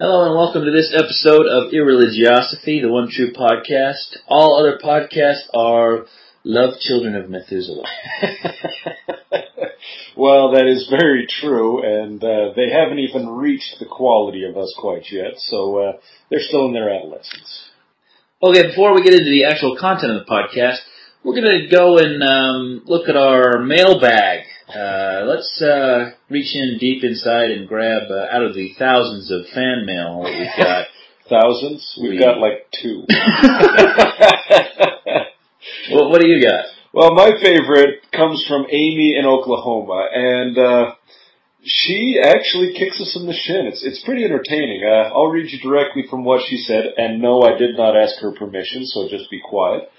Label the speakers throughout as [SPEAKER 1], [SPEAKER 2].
[SPEAKER 1] Hello and welcome to this episode of Irreligiosity, the one true podcast. All other podcasts are love children of Methuselah.
[SPEAKER 2] well, that is very true, and uh, they haven't even reached the quality of us quite yet, so uh, they're still in their adolescence.
[SPEAKER 1] Okay, before we get into the actual content of the podcast, we're going to go and um, look at our mailbag. Uh, let's uh, reach in deep inside and grab uh, out of the thousands of fan mail that we've got.
[SPEAKER 2] Thousands? We've
[SPEAKER 1] We-
[SPEAKER 2] got like two.
[SPEAKER 1] well, what do you got?
[SPEAKER 2] well, my favorite comes from Amy in Oklahoma, and uh, she actually kicks us in the shin. It's, it's pretty entertaining. Uh, I'll read you directly from what she said, and no, I did not ask her permission, so just be quiet.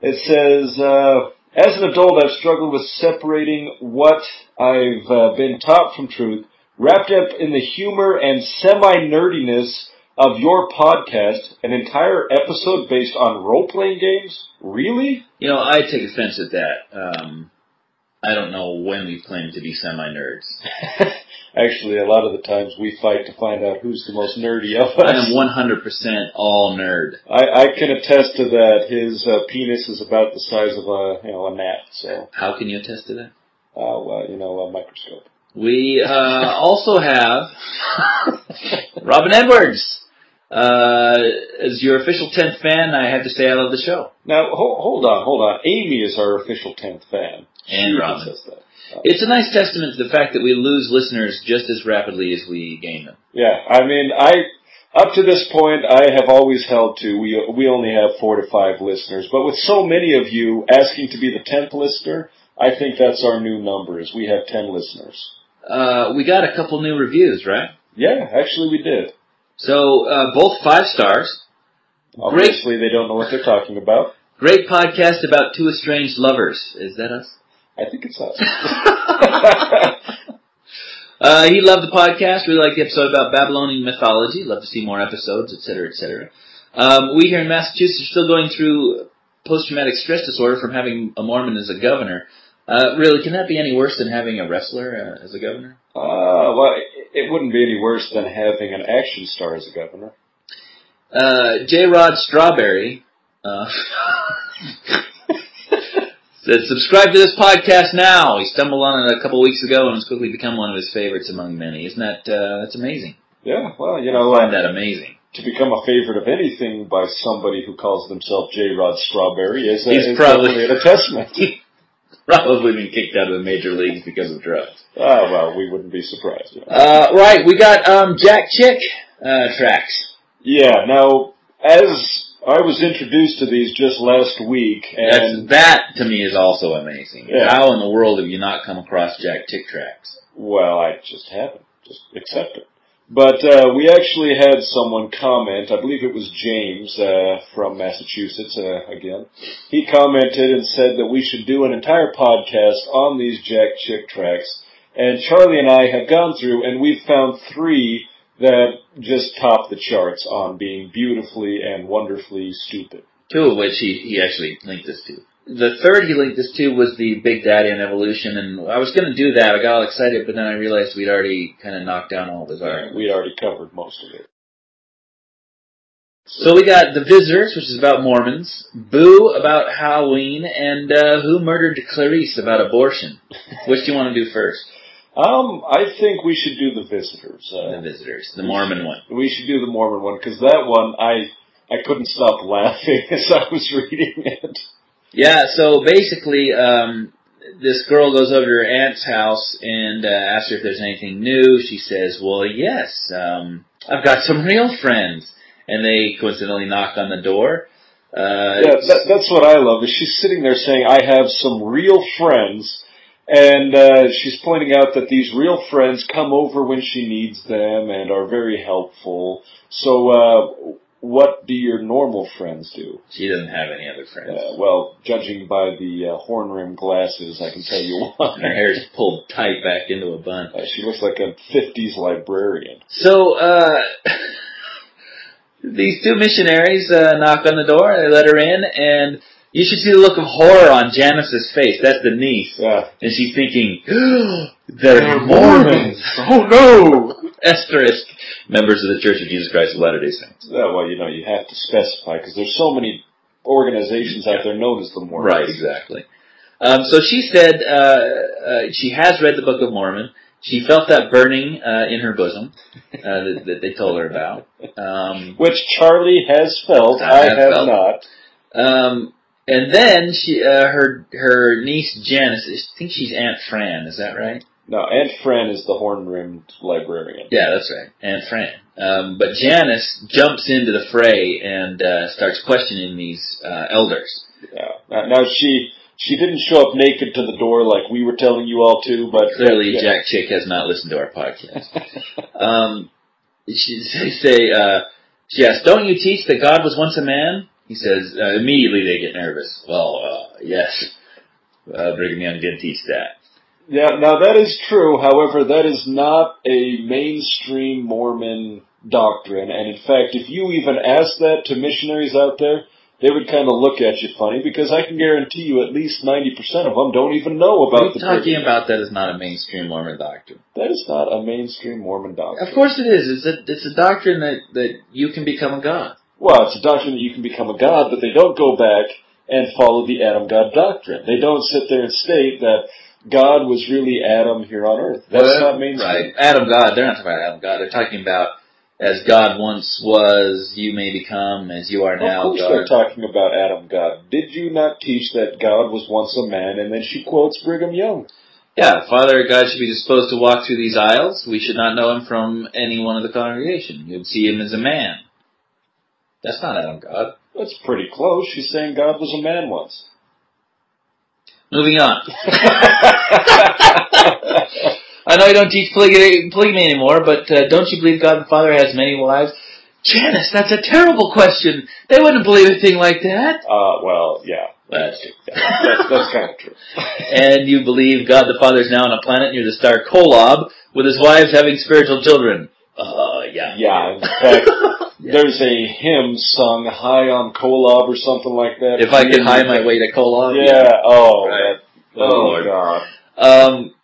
[SPEAKER 2] It says, uh, as an adult, I've struggled with separating what I've uh, been taught from truth, wrapped up in the humor and semi-nerdiness of your podcast, an entire episode based on role-playing games? Really?
[SPEAKER 1] You know, I take offense at that. Um, I don't know when we claim to be semi-nerds.
[SPEAKER 2] Actually, a lot of the times we fight to find out who's the most nerdy of
[SPEAKER 1] I am
[SPEAKER 2] us.
[SPEAKER 1] 100% all nerd.
[SPEAKER 2] I, I can attest to that. His uh, penis is about the size of a you know a gnat, so
[SPEAKER 1] How can you attest to that?
[SPEAKER 2] uh, well, you know a microscope.
[SPEAKER 1] We uh, also have Robin Edwards. Uh, as your official 10th fan, I have to say I love the show.
[SPEAKER 2] Now ho- hold on, hold on. Amy is our official tenth fan.
[SPEAKER 1] And
[SPEAKER 2] she
[SPEAKER 1] Robin.
[SPEAKER 2] says that.
[SPEAKER 1] It's a nice testament to the fact that we lose listeners just as rapidly as we gain them.
[SPEAKER 2] Yeah, I mean, I up to this point, I have always held to we we only have four to five listeners, but with so many of you asking to be the tenth listener, I think that's our new number. Is we have ten listeners.
[SPEAKER 1] Uh, we got a couple new reviews, right?
[SPEAKER 2] Yeah, actually, we did.
[SPEAKER 1] So uh, both five stars.
[SPEAKER 2] Obviously, they don't know what they're talking about.
[SPEAKER 1] Great podcast about two estranged lovers. Is that us?
[SPEAKER 2] I think it's us.
[SPEAKER 1] Uh, he loved the podcast. Really liked the episode about Babylonian mythology. Love to see more episodes, etc., etc. Um, we here in Massachusetts are still going through post-traumatic stress disorder from having a Mormon as a governor. Uh, really, can that be any worse than having a wrestler uh, as a governor?
[SPEAKER 2] Ah, well, it- it wouldn't be any worse than having an action star as a governor.
[SPEAKER 1] Uh, J. Rod Strawberry uh, said, "Subscribe to this podcast now." He stumbled on it a couple weeks ago and has quickly become one of his favorites among many. Isn't that uh, that's amazing?
[SPEAKER 2] Yeah, well, you know,
[SPEAKER 1] I find
[SPEAKER 2] uh,
[SPEAKER 1] that amazing.
[SPEAKER 2] to become a favorite of anything by somebody who calls themselves J. Rod Strawberry is, uh,
[SPEAKER 1] He's
[SPEAKER 2] is
[SPEAKER 1] probably-
[SPEAKER 2] definitely a testament.
[SPEAKER 1] Probably been kicked out of the major leagues because of drugs.
[SPEAKER 2] ah, well, we wouldn't be surprised. Yeah.
[SPEAKER 1] Uh, right, we got um, Jack Chick uh, tracks.
[SPEAKER 2] yeah, now, as I was introduced to these just last week, and
[SPEAKER 1] That's, that to me is also amazing.
[SPEAKER 2] Yeah.
[SPEAKER 1] How in the world have you not come across Jack Chick tracks?
[SPEAKER 2] Well, I just haven't. Just accept it. But uh, we actually had someone comment. I believe it was James uh, from Massachusetts uh, again. He commented and said that we should do an entire podcast on these Jack Chick tracks. And Charlie and I have gone through, and we've found three that just top the charts on being beautifully and wonderfully stupid.
[SPEAKER 1] Two of which he, he actually linked this to. The third he linked this to was the Big Daddy and Evolution, and I was going to do that. I got all excited, but then I realized we'd already kind of knocked down all of his art.
[SPEAKER 2] We'd already covered most of it.
[SPEAKER 1] So we got The Visitors, which is about Mormons, Boo about Halloween, and uh, Who Murdered Clarice about abortion. Which do you want to do first?
[SPEAKER 2] Um, I think we should do the visitors. Uh,
[SPEAKER 1] The Visitors, the Mormon one.
[SPEAKER 2] We should do the Mormon one because that one I I couldn't stop laughing as I was reading it.
[SPEAKER 1] Yeah, so basically, um, this girl goes over to her aunt's house and uh, asks her if there's anything new. She says, "Well, yes, um, I've got some real friends," and they coincidentally knock on the door. Uh,
[SPEAKER 2] Yeah, that, that's what I love is she's sitting there saying I have some real friends, and uh, she's pointing out that these real friends come over when she needs them and are very helpful. So uh, what do your normal friends do?
[SPEAKER 1] she doesn't have any other friends.
[SPEAKER 2] Uh, well, judging by the uh, horn rimmed glasses, I can tell you
[SPEAKER 1] And her
[SPEAKER 2] one.
[SPEAKER 1] hair's pulled tight back into a bun.
[SPEAKER 2] Uh, she looks like a '50s librarian.
[SPEAKER 1] So uh, these two missionaries uh, knock on the door. They let her in, and you should see the look of horror on Janice's face. That's the niece.
[SPEAKER 2] Yeah.
[SPEAKER 1] And she's thinking, they're Mormons.
[SPEAKER 2] Oh no!
[SPEAKER 1] Asterisk. Members of the Church of Jesus Christ of Latter-day Saints.
[SPEAKER 2] Yeah, well, you know, you have to specify because there's so many organizations out there known as the Mormons.
[SPEAKER 1] Right, exactly. Um, so she said uh, uh, she has read the Book of Mormon. She felt that burning uh, in her bosom uh, that, that they told her about. Um,
[SPEAKER 2] Which Charlie has felt.
[SPEAKER 1] I
[SPEAKER 2] I,
[SPEAKER 1] have
[SPEAKER 2] have
[SPEAKER 1] felt.
[SPEAKER 2] not.
[SPEAKER 1] um, and then she, uh, her her niece Janice, I think she's Aunt Fran. Is that right?
[SPEAKER 2] No, Aunt Fran is the horn-rimmed librarian.
[SPEAKER 1] Yeah, that's right, Aunt Fran. Um, but Janice jumps into the fray and uh, starts questioning these uh, elders.
[SPEAKER 2] Yeah. Now, now she she didn't show up naked to the door like we were telling you all to, but
[SPEAKER 1] Clearly,
[SPEAKER 2] yeah.
[SPEAKER 1] Jack Chick has not listened to our podcast. Um, she they say, uh, she asks, "Don't you teach that God was once a man?" He says. Uh, immediately, they get nervous. Well, uh, yes, uh, Brigham Young did teach that.
[SPEAKER 2] yeah. Now that is true. However, that is not a mainstream Mormon doctrine, and in fact, if you even ask that to missionaries out there. They would kind of look at you funny because I can guarantee you at least 90% of them don't even know
[SPEAKER 1] What are
[SPEAKER 2] about
[SPEAKER 1] you
[SPEAKER 2] the
[SPEAKER 1] talking
[SPEAKER 2] Brigham.
[SPEAKER 1] about? That is not a mainstream Mormon doctrine.
[SPEAKER 2] That is not a mainstream Mormon doctrine.
[SPEAKER 1] Of course, it is. It's a it's a doctrine that that you can become a god.
[SPEAKER 2] Well, it's a doctrine that you can become a god, but they don't go back and follow the Adam God doctrine. They don't sit there and state that God was really Adam here on earth. That's
[SPEAKER 1] Well,
[SPEAKER 2] not mainstream.
[SPEAKER 1] Right. Adam God. They're not talking about Adam God. They're talking about as God once was, you may become as you are
[SPEAKER 2] Of
[SPEAKER 1] now.
[SPEAKER 2] course
[SPEAKER 1] God.
[SPEAKER 2] they're talking about Adam God. Did you not teach that God was once a man? And then she quotes Brigham Young.
[SPEAKER 1] Yeah, Father God should be disposed to walk through these aisles. We should not know him from any one of the congregation. You'd see him as a man. That's not Adam God.
[SPEAKER 2] That's pretty close. She's saying God was a man once. Uh,
[SPEAKER 1] Moving on. I know you don't teach polygamy, polygamy anymore, but uh, don't you believe God the Father has many wives? Janice, that's a terrible question. They wouldn't believe a thing like that.
[SPEAKER 2] uh, well, yeah.
[SPEAKER 1] That's true.
[SPEAKER 2] Yeah, that's, that's kind of true.
[SPEAKER 1] And you believe God the Father is now on a planet near the star Kolob with his wives having spiritual children. Uh, yeah.
[SPEAKER 2] Yeah, in fact, there's a hymn sung high on Kolob or something like that.
[SPEAKER 1] If I could hide my way to Kolob.
[SPEAKER 2] Yeah. Oh.
[SPEAKER 1] Right.
[SPEAKER 2] That, oh
[SPEAKER 1] Lord.
[SPEAKER 2] God.
[SPEAKER 1] Um,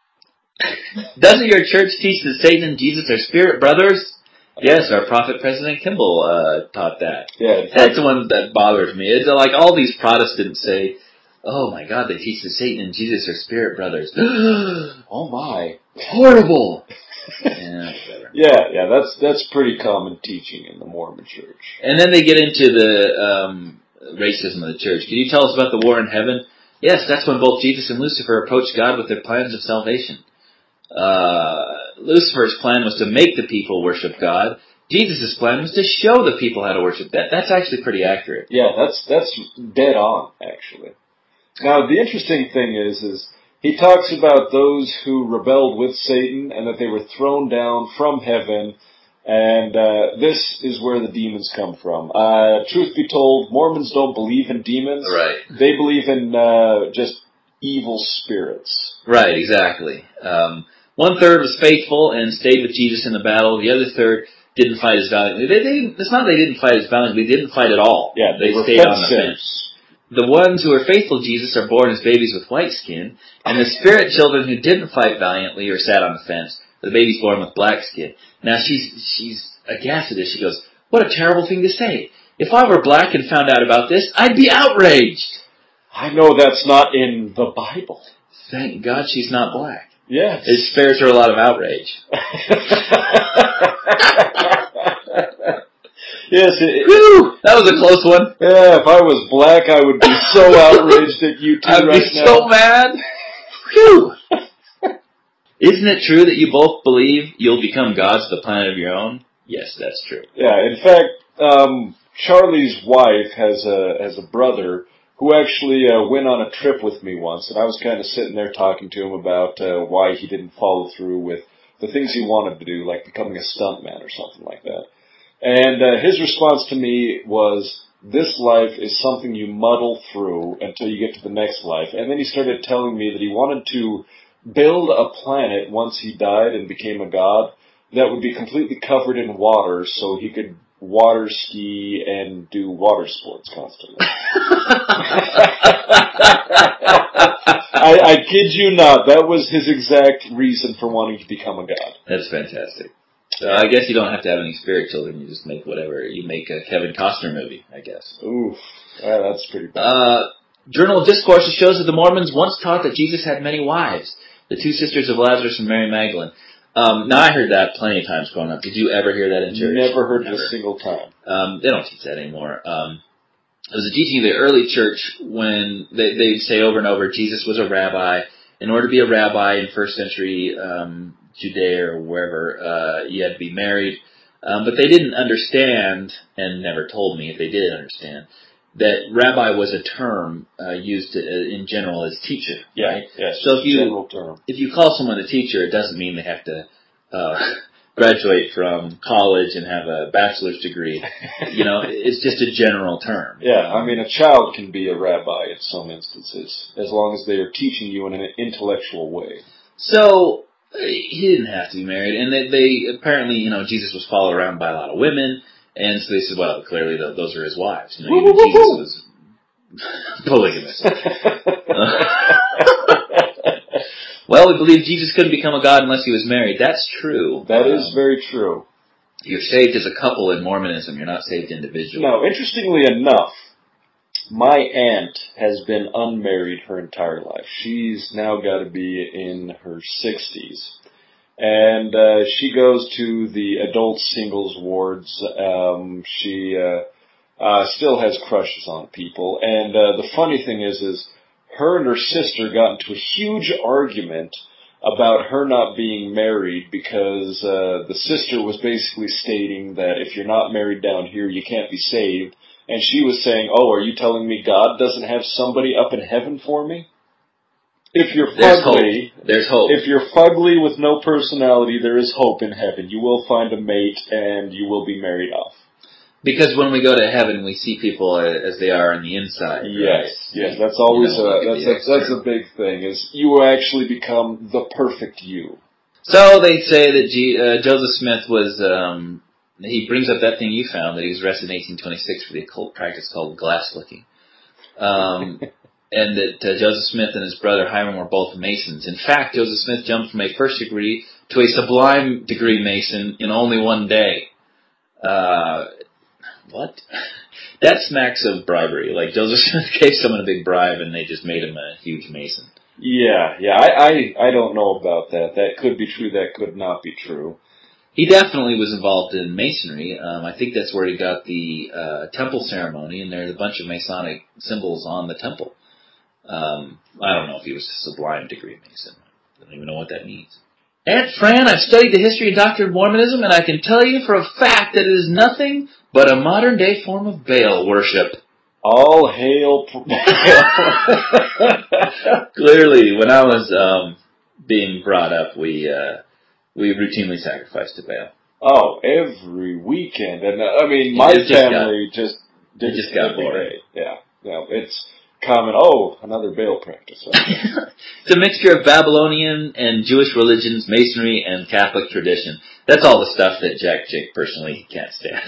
[SPEAKER 1] doesn't your church teach that Satan and Jesus are spirit brothers? Yes, our prophet President Kimball uh, taught that.
[SPEAKER 2] Yeah. In fact,
[SPEAKER 1] That's the one that bothers me. It's like all these Protestants say, "Oh my God, they teach that Satan and Jesus are spirit brothers."
[SPEAKER 2] oh my.
[SPEAKER 1] Horrible. yeah, whatever.
[SPEAKER 2] Yeah. Yeah. That's that's pretty common teaching in the Mormon Church.
[SPEAKER 1] And then they get into the um, racism of the church. Can you tell us about the war in heaven? Yes, that's when both Jesus and Lucifer approached God with their plans of salvation. Uh, Lucifer's plan was to make the people worship God. Jesus' plan was to show the people how to worship. That that's actually pretty accurate.
[SPEAKER 2] Yeah. That's that's dead on actually. Now the interesting thing is is he talks about those who rebelled with Satan and that they were thrown down from heaven. And uh, this is where the demons come from. Uh, truth be told, Mormons don't believe in demons.
[SPEAKER 1] Right.
[SPEAKER 2] They believe in uh, just evil spirits.
[SPEAKER 1] Right. Exactly. Um, one third was faithful and stayed with Jesus in the battle. The other third didn't fight as valiantly. They, they didn't. It's not they didn't fight as valiantly. They didn't fight at all.
[SPEAKER 2] Yeah, they, were
[SPEAKER 1] stayed
[SPEAKER 2] fed
[SPEAKER 1] on the fence.
[SPEAKER 2] sinners.
[SPEAKER 1] The ones who are faithful to Jesus are born as babies with white skin, and the spirit children who didn't fight valiantly or sat on the fence, the baby's born with black skin. Now she's she's aghast at this. She goes, "What a terrible thing to say! If I were black and found out about this, I'd be outraged."
[SPEAKER 2] I know that's not in the Bible.
[SPEAKER 1] Thank God she's not black.
[SPEAKER 2] Yes.
[SPEAKER 1] It spares her a lot of outrage.
[SPEAKER 2] yes. It,
[SPEAKER 1] Whew! That was a close one.
[SPEAKER 2] yeah, if I was black, I would be so outraged at you two
[SPEAKER 1] I'd
[SPEAKER 2] right
[SPEAKER 1] be
[SPEAKER 2] now.
[SPEAKER 1] so mad. Whew! Isn't it true that you both believe you'll become gods of the planet of your own? Yes, that's true.
[SPEAKER 2] Yeah, in fact, um, Charlie's wife has a has a brother who actually uh, went on a trip with me once, and I was kind of sitting there talking to him about uh, why he didn't follow through with the things he wanted to do, like becoming a stuntman or something like that. And uh, his response to me was, "This life is something you muddle through until you get to the next life." And then he started telling me that he wanted to build a planet once he died and became a god that would be completely covered in water so he could water ski and do water sports constantly. I, I kid you not, that was his exact reason for wanting to become a god.
[SPEAKER 1] That's fantastic. So I guess you don't have to have any spirit children. You just make whatever. You make a Kevin Costner movie, I guess.
[SPEAKER 2] Oof, Ah, that's pretty bad.
[SPEAKER 1] Uh, Journal of Discourses shows that the Mormons once taught that Jesus had many wives, the two sisters of Lazarus and Mary Magdalene. Um, now I heard that plenty of times growing up. Did you ever hear that in church?
[SPEAKER 2] Never heard it
[SPEAKER 1] Never.
[SPEAKER 2] a single time.
[SPEAKER 1] Um, they don't teach that anymore. Um, it was a teaching of the early church when they, they'd say over and over, Jesus was a rabbi. In order to be a rabbi in first century um, Judea or wherever, uh, you had to be married. Um, but they didn't understand, and never told me if they did understand, that rabbi was a term uh, used uh, in general as teacher. right?
[SPEAKER 2] yeah.
[SPEAKER 1] So if
[SPEAKER 2] it's a
[SPEAKER 1] you-
[SPEAKER 2] general term.
[SPEAKER 1] if you call someone a teacher, it doesn't mean they have to uh, graduate from college and have a bachelor's degree. You know, it's just a general term.
[SPEAKER 2] Yeah, I mean, a child can be a rabbi in some instances, as long as they are teaching you in an intellectual way.
[SPEAKER 1] So uh, he didn't have to be married, and they, they apparently, you know, Jesus was followed around by a lot of women, and so they said, well, clearly th- those are his wives. You know, even
[SPEAKER 2] Woo-hoo-hoo-hoo.
[SPEAKER 1] Jesus was polygamous. well, we believe Jesus couldn't become a god unless he was married. That's true.
[SPEAKER 2] that is
[SPEAKER 1] Um,
[SPEAKER 2] very true.
[SPEAKER 1] you're saved as a couple in Mormonism. You're not saved individually.
[SPEAKER 2] Now, interestingly enough, my aunt has been unmarried her entire life. She's now got to be in her 60s. And uh, she goes to the adult singles wards. Um, she uh, uh, still has crushes on people. And uh, the funny thing is, is her and her sister got into a huge argument about her not being married because uh, the sister was basically stating that if you're not married down here, you can't be saved. And she was saying, "Oh, are you telling me God doesn't have somebody up in heaven for me? If you're
[SPEAKER 1] There's hope.
[SPEAKER 2] fugly,
[SPEAKER 1] There's hope.
[SPEAKER 2] if you're fugly with no personality, there is hope in heaven. You will find a mate and you will be married off.
[SPEAKER 1] Because when we go to heaven, we see people a- as they are on the inside. right?
[SPEAKER 2] Yes, yes, that's always
[SPEAKER 1] You know,
[SPEAKER 2] a
[SPEAKER 1] look at
[SPEAKER 2] that's
[SPEAKER 1] the
[SPEAKER 2] a, that's a big thing is you will actually become the perfect you.
[SPEAKER 1] So they say that G, uh, Joseph Smith was. Um, he brings up that thing you found that he was arrested in 1826 for the occult practice called glass licking, um, and that uh, Joseph Smith and his brother Hiram were both Masons. In fact, Joseph Smith jumped from a first degree to a sublime degree Mason in only one day. Uh, what? That smacks of bribery. Like Joseph Smith gave someone a big bribe and they just made him a huge mason.
[SPEAKER 2] Yeah, yeah, I, I I don't know about that. That could be true. That could not be true.
[SPEAKER 1] He definitely was involved in masonry. Um, I think that's where he got the uh, temple ceremony, and there's a bunch of Masonic symbols on the temple. Um, I don't know if he was a sublime degree mason. I don't even know what that means. Aunt Fran, I've studied the history and doctrine of Mormonism, and I can tell you for a fact that it is nothing but a modern day form of Baal worship.
[SPEAKER 2] All hail. P-
[SPEAKER 1] Clearly, when I was um, being brought up, we uh, we routinely sacrificed to Baal.
[SPEAKER 2] Oh, every weekend, and uh, I mean, my
[SPEAKER 1] It just got-
[SPEAKER 2] family just did
[SPEAKER 1] it just
[SPEAKER 2] it
[SPEAKER 1] got
[SPEAKER 2] every
[SPEAKER 1] boring.
[SPEAKER 2] day. Yeah, yeah, it's common. Oh, another bail practice.
[SPEAKER 1] it's a mixture of Babylonian and Jewish religions, masonry, and Catholic tradition. That's all the stuff that Jack Jake personally can't stand.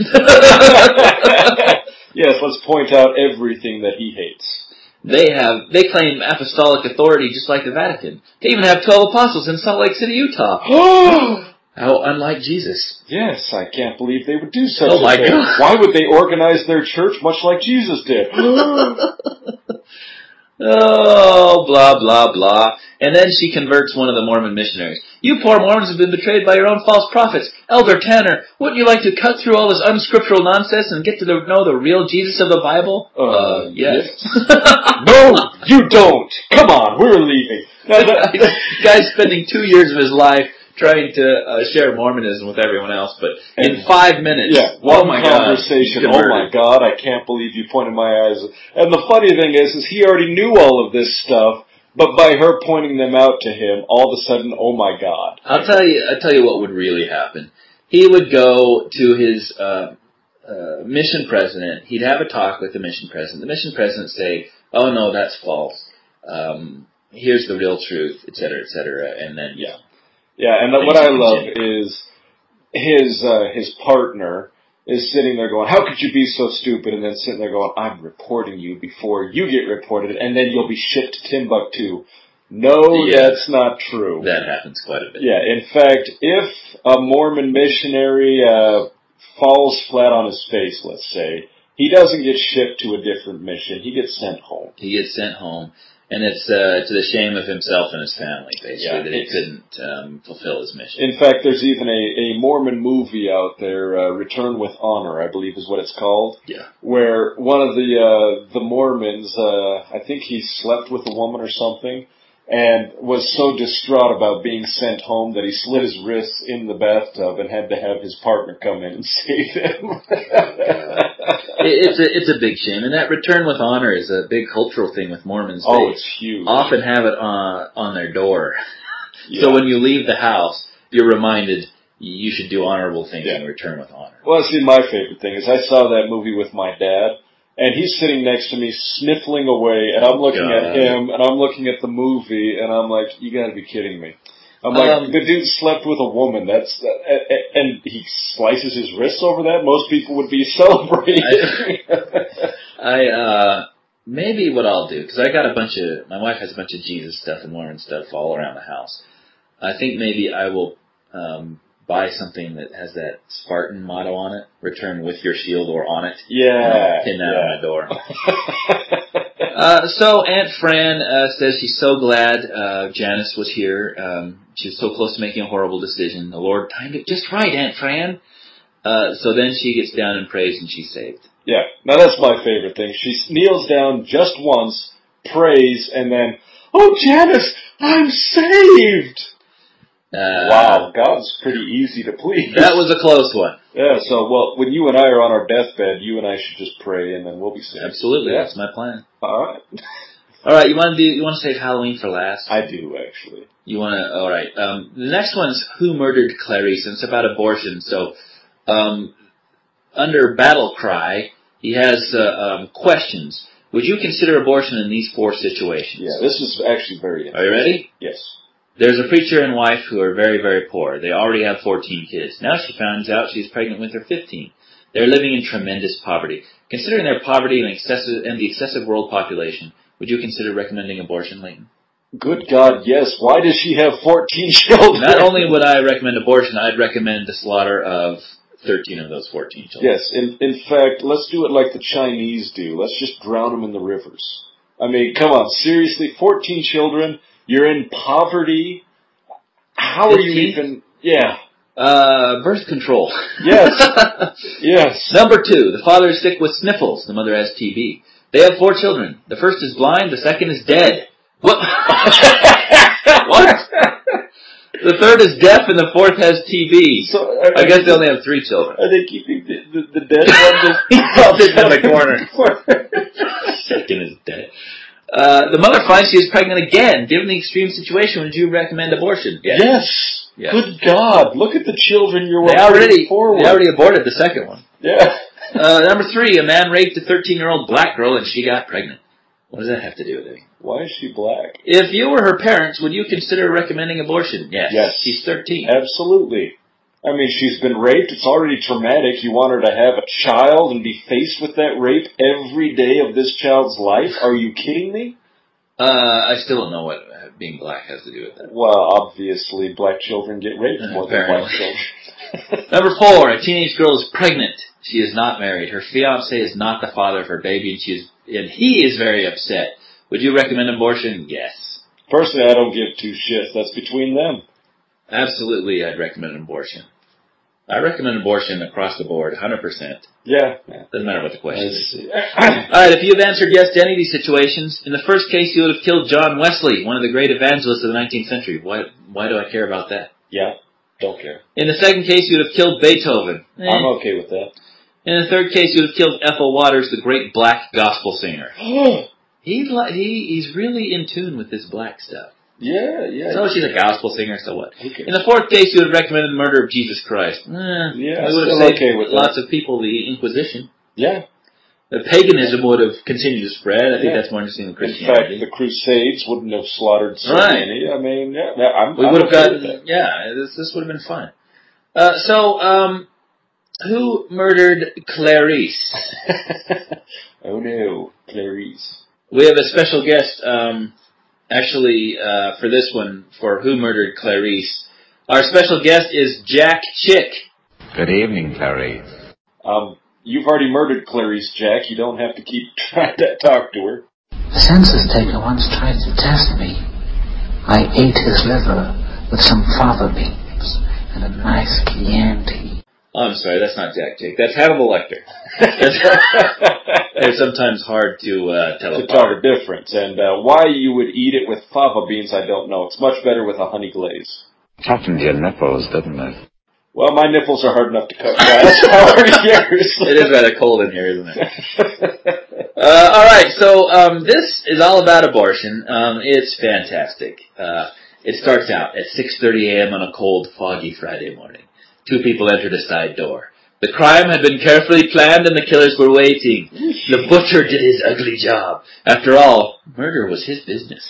[SPEAKER 2] yes, let's point out everything that he hates.
[SPEAKER 1] they have they claim apostolic authority just like the Vatican. They even have twelve apostles in Salt Lake City, Utah. How unlike Jesus.
[SPEAKER 2] yes, I can't believe they would do such.
[SPEAKER 1] Oh
[SPEAKER 2] a
[SPEAKER 1] my
[SPEAKER 2] thing.
[SPEAKER 1] God.
[SPEAKER 2] Why would they organize their church much like Jesus did?
[SPEAKER 1] Oh, blah, blah, blah. And then she converts one of the Mormon missionaries. You poor Mormons have been betrayed by your own false prophets. Elder Tanner, wouldn't you like to cut through all this unscriptural nonsense and get to the, know the real Jesus of the Bible?
[SPEAKER 2] Uh,
[SPEAKER 1] no!
[SPEAKER 2] no, you don't. Come on, we're leaving. Now that-
[SPEAKER 1] Guy's spending two years of his life trying to uh, share Mormonism with everyone else, but in five minutes,
[SPEAKER 2] Yeah,
[SPEAKER 1] oh
[SPEAKER 2] one
[SPEAKER 1] my
[SPEAKER 2] conversation.
[SPEAKER 1] God,
[SPEAKER 2] oh my god, I can't believe you pointed my eyes. And the funny thing is, is he already knew all of this stuff, but by her pointing them out to him, all of a sudden, oh my god.
[SPEAKER 1] I'll tell you. I'll tell you what would really happen. He would go to his uh, uh, mission president. He'd have a talk with the mission president. The mission president say, "Oh no, that's false. Um, here's the real truth, et cetera, et cetera." And then yeah,
[SPEAKER 2] Yeah, and
[SPEAKER 1] Things
[SPEAKER 2] what I
[SPEAKER 1] you can
[SPEAKER 2] love
[SPEAKER 1] change.
[SPEAKER 2] is his uh, his partner is sitting there going, "How could you be so stupid?" And then sitting there going, "I'm reporting you before you get reported, and then you'll be shipped to Timbuktu." No,
[SPEAKER 1] Yeah.
[SPEAKER 2] that's not true.
[SPEAKER 1] That happens quite a bit.
[SPEAKER 2] Yeah, in fact, if a Mormon missionary uh, falls flat on his face, let's say, he doesn't get shipped to a different mission. He gets sent home.
[SPEAKER 1] He gets sent home, and it's uh, to the shame of himself and his family, basically,
[SPEAKER 2] Yeah.
[SPEAKER 1] that he couldn't um, fulfill his mission.
[SPEAKER 2] In fact, there's even a, a Mormon movie out there, uh, Return with Honor, I believe is what it's called.
[SPEAKER 1] Yeah.
[SPEAKER 2] Where one of the uh, the Mormons, uh, I think he slept with a woman or something, and was so distraught about being sent home that he slit his wrists in the bathtub and had to have his partner come in and save him.
[SPEAKER 1] It, it's a it's a big shame, and that return with honor is a big cultural thing with Mormons.
[SPEAKER 2] oh,
[SPEAKER 1] they
[SPEAKER 2] it's huge.
[SPEAKER 1] often have it on on their door,
[SPEAKER 2] Yeah.
[SPEAKER 1] so when you leave the house, you're reminded you should do honorable things
[SPEAKER 2] Yeah.
[SPEAKER 1] and return with honor.
[SPEAKER 2] Well, see, my favorite thing is I saw that movie with my dad, and he's sitting next to me sniffling away, and I'm looking at
[SPEAKER 1] God.
[SPEAKER 2] him, and I'm looking at the movie, and I'm like, you gotta be kidding me. I'm like,
[SPEAKER 1] Um,
[SPEAKER 2] the dude slept with a woman. That's that, a- a- and he slices his wrists over that. Most people would be celebrating.
[SPEAKER 1] I uh maybe what I'll do because I got a bunch of my wife has a bunch of Jesus stuff and Mormon stuff all around the house. I think maybe I will um buy something that has that Spartan motto on it: "Return with your shield or on it." And
[SPEAKER 2] yeah,
[SPEAKER 1] I'll pin that on my door.
[SPEAKER 2] yeah.
[SPEAKER 1] Uh, so Aunt Fran uh, says she's so glad uh, Janice was here. Um, she was so close to making a horrible decision. The Lord timed it just right, Aunt Fran. Uh, so then she gets down and prays, and she's saved.
[SPEAKER 2] yeah. Now that's my favorite thing. She kneels down just once, prays, and then, oh Janice, I'm saved.
[SPEAKER 1] Uh,
[SPEAKER 2] Wow, God's pretty easy to please.
[SPEAKER 1] that was a close one.
[SPEAKER 2] yeah. So, well, when you and I are on our deathbed, you and I should just pray, and then we'll be saved.
[SPEAKER 1] Absolutely,
[SPEAKER 2] Yeah.
[SPEAKER 1] that's my plan.
[SPEAKER 2] All right.
[SPEAKER 1] All right, you want to do? You want to save Halloween for last?
[SPEAKER 2] I do actually.
[SPEAKER 1] You want to? All right. Um, the next one's Who Murdered Clarice, and it's about abortion. So, um, under Battle Cry, he has uh, um, questions. Would you consider abortion in these four situations?
[SPEAKER 2] Yeah, this is actually very.
[SPEAKER 1] Are you ready?
[SPEAKER 2] Yes.
[SPEAKER 1] There's a preacher and wife who are very, very poor. They already have 14 kids. Now she finds out she's pregnant with her 15. They're living in tremendous poverty. Considering their poverty and, excessive, and the excessive world population, would you consider recommending abortion, Leighton?
[SPEAKER 2] Good God, yes. Why does she have fourteen children?
[SPEAKER 1] Not only would I recommend abortion, I'd recommend the slaughter of 13 of those 14 children.
[SPEAKER 2] Yes. In in fact, let's do it like the Chinese do. Let's just drown them in the rivers. I mean, come on, seriously, fourteen children. You're in poverty. How are you
[SPEAKER 1] 15?
[SPEAKER 2] even? Yeah.
[SPEAKER 1] Uh, birth control.
[SPEAKER 2] Yes. Yes.
[SPEAKER 1] Number two, the father is sick with sniffles. The mother has TB. They have four children. The first is blind. The second is dead. What? What? The third is deaf, and the fourth has TB.
[SPEAKER 2] So
[SPEAKER 1] I guess they only have three children.
[SPEAKER 2] Are they keeping the, the, the dead one?
[SPEAKER 1] He's sitting in the corner.
[SPEAKER 2] corner.
[SPEAKER 1] Second is dead. Uh, the mother finds she is pregnant again. Given the extreme situation, would you recommend abortion?
[SPEAKER 2] yes.
[SPEAKER 1] Yes.
[SPEAKER 2] Good God! Look at the children you were
[SPEAKER 1] They already,
[SPEAKER 2] putting
[SPEAKER 1] they
[SPEAKER 2] forward.
[SPEAKER 1] already aborted the second one.
[SPEAKER 2] yeah.
[SPEAKER 1] Uh, number three, a man raped a 13-year-old black girl and she got pregnant. What does that have to do with anything?
[SPEAKER 2] Why is she black?
[SPEAKER 1] If you were her parents, would you consider recommending abortion? Yes.
[SPEAKER 2] Yes.
[SPEAKER 1] She's 13.
[SPEAKER 2] Absolutely. I mean, she's been raped. It's already traumatic. You want her to have a child and be faced with that rape every day of this child's life? Are you kidding me?
[SPEAKER 1] Uh, I still don't know what uh, being black has to do with that.
[SPEAKER 2] Well, obviously, black children get raped more than white
[SPEAKER 1] Apparently.
[SPEAKER 2] children.
[SPEAKER 1] Number four, a teenage girl is pregnant. She is not married. Her fiance is not the father of her baby, and she is, and he is very upset. Would you recommend abortion? Yes.
[SPEAKER 2] Personally, I don't give two shits. That's between them.
[SPEAKER 1] Absolutely, I'd recommend abortion. I recommend abortion across the board, 100%.
[SPEAKER 2] Yeah.
[SPEAKER 1] Doesn't matter what the question is.
[SPEAKER 2] Yes.
[SPEAKER 1] All right, if you've answered yes to any of these situations, in the first case, you would have killed John Wesley, one of the great evangelists of the 19th century. Why, why do I care about that?
[SPEAKER 2] yeah. Don't care.
[SPEAKER 1] In the second case, you would have killed Beethoven. Eh.
[SPEAKER 2] I'm okay with that.
[SPEAKER 1] In the third case, you would have killed Ethel Waters, the great black gospel singer. He, li- he He's really in tune with this black stuff.
[SPEAKER 2] yeah, yeah.
[SPEAKER 1] So she's a gospel singer, so what?
[SPEAKER 2] Who cares?
[SPEAKER 1] In the fourth case, you would have recommended the murder of Jesus Christ. Eh, yeah, would have
[SPEAKER 2] still
[SPEAKER 1] saved
[SPEAKER 2] okay with that.
[SPEAKER 1] lots of people the Inquisition.
[SPEAKER 2] yeah.
[SPEAKER 1] The paganism would have continued to spread. I think
[SPEAKER 2] Yeah.
[SPEAKER 1] that's more interesting than
[SPEAKER 2] In fact,
[SPEAKER 1] Christianity.
[SPEAKER 2] the Crusades wouldn't have slaughtered so
[SPEAKER 1] Right.
[SPEAKER 2] many. I mean, yeah, yeah, I'm,
[SPEAKER 1] We
[SPEAKER 2] I'm
[SPEAKER 1] would have
[SPEAKER 2] okay with
[SPEAKER 1] gotten,
[SPEAKER 2] that.
[SPEAKER 1] yeah, this, this would have been fun. Uh, so, um, who murdered Clarice?
[SPEAKER 2] oh no, Clarice.
[SPEAKER 1] We have a special guest, um, actually, uh, for this one, for Who Murdered Clarice, our special guest is Jack Chick.
[SPEAKER 3] Good evening, Clarice.
[SPEAKER 2] Um, you've already murdered Clarice, Jack. You don't have to keep trying to talk to her.
[SPEAKER 4] The census taker once tried to test me. I ate his liver with some fava beans and a nice Chianti.
[SPEAKER 1] Oh, I'm sorry, that's not Jack Chick. That's Hannibal Lecter. That's- They're sometimes hard to uh, tell
[SPEAKER 2] to
[SPEAKER 1] apart.
[SPEAKER 2] tell the difference, and uh, why you would eat it with fava beans, I don't know. It's much better with a honey glaze.
[SPEAKER 3] Toughened your nipples, didn't it?
[SPEAKER 2] Well, my nipples are hard enough to cut glass. How are yours?
[SPEAKER 1] It is rather cold in here, isn't it? Uh, all right, so um, this is all about abortion. Um, it's fantastic. Uh, it starts out at 6:30 a.m. on a cold, foggy Friday morning. Two people entered a side door. The crime had been carefully planned, and the killers were waiting. The butcher did his ugly job. After all, murder was his business.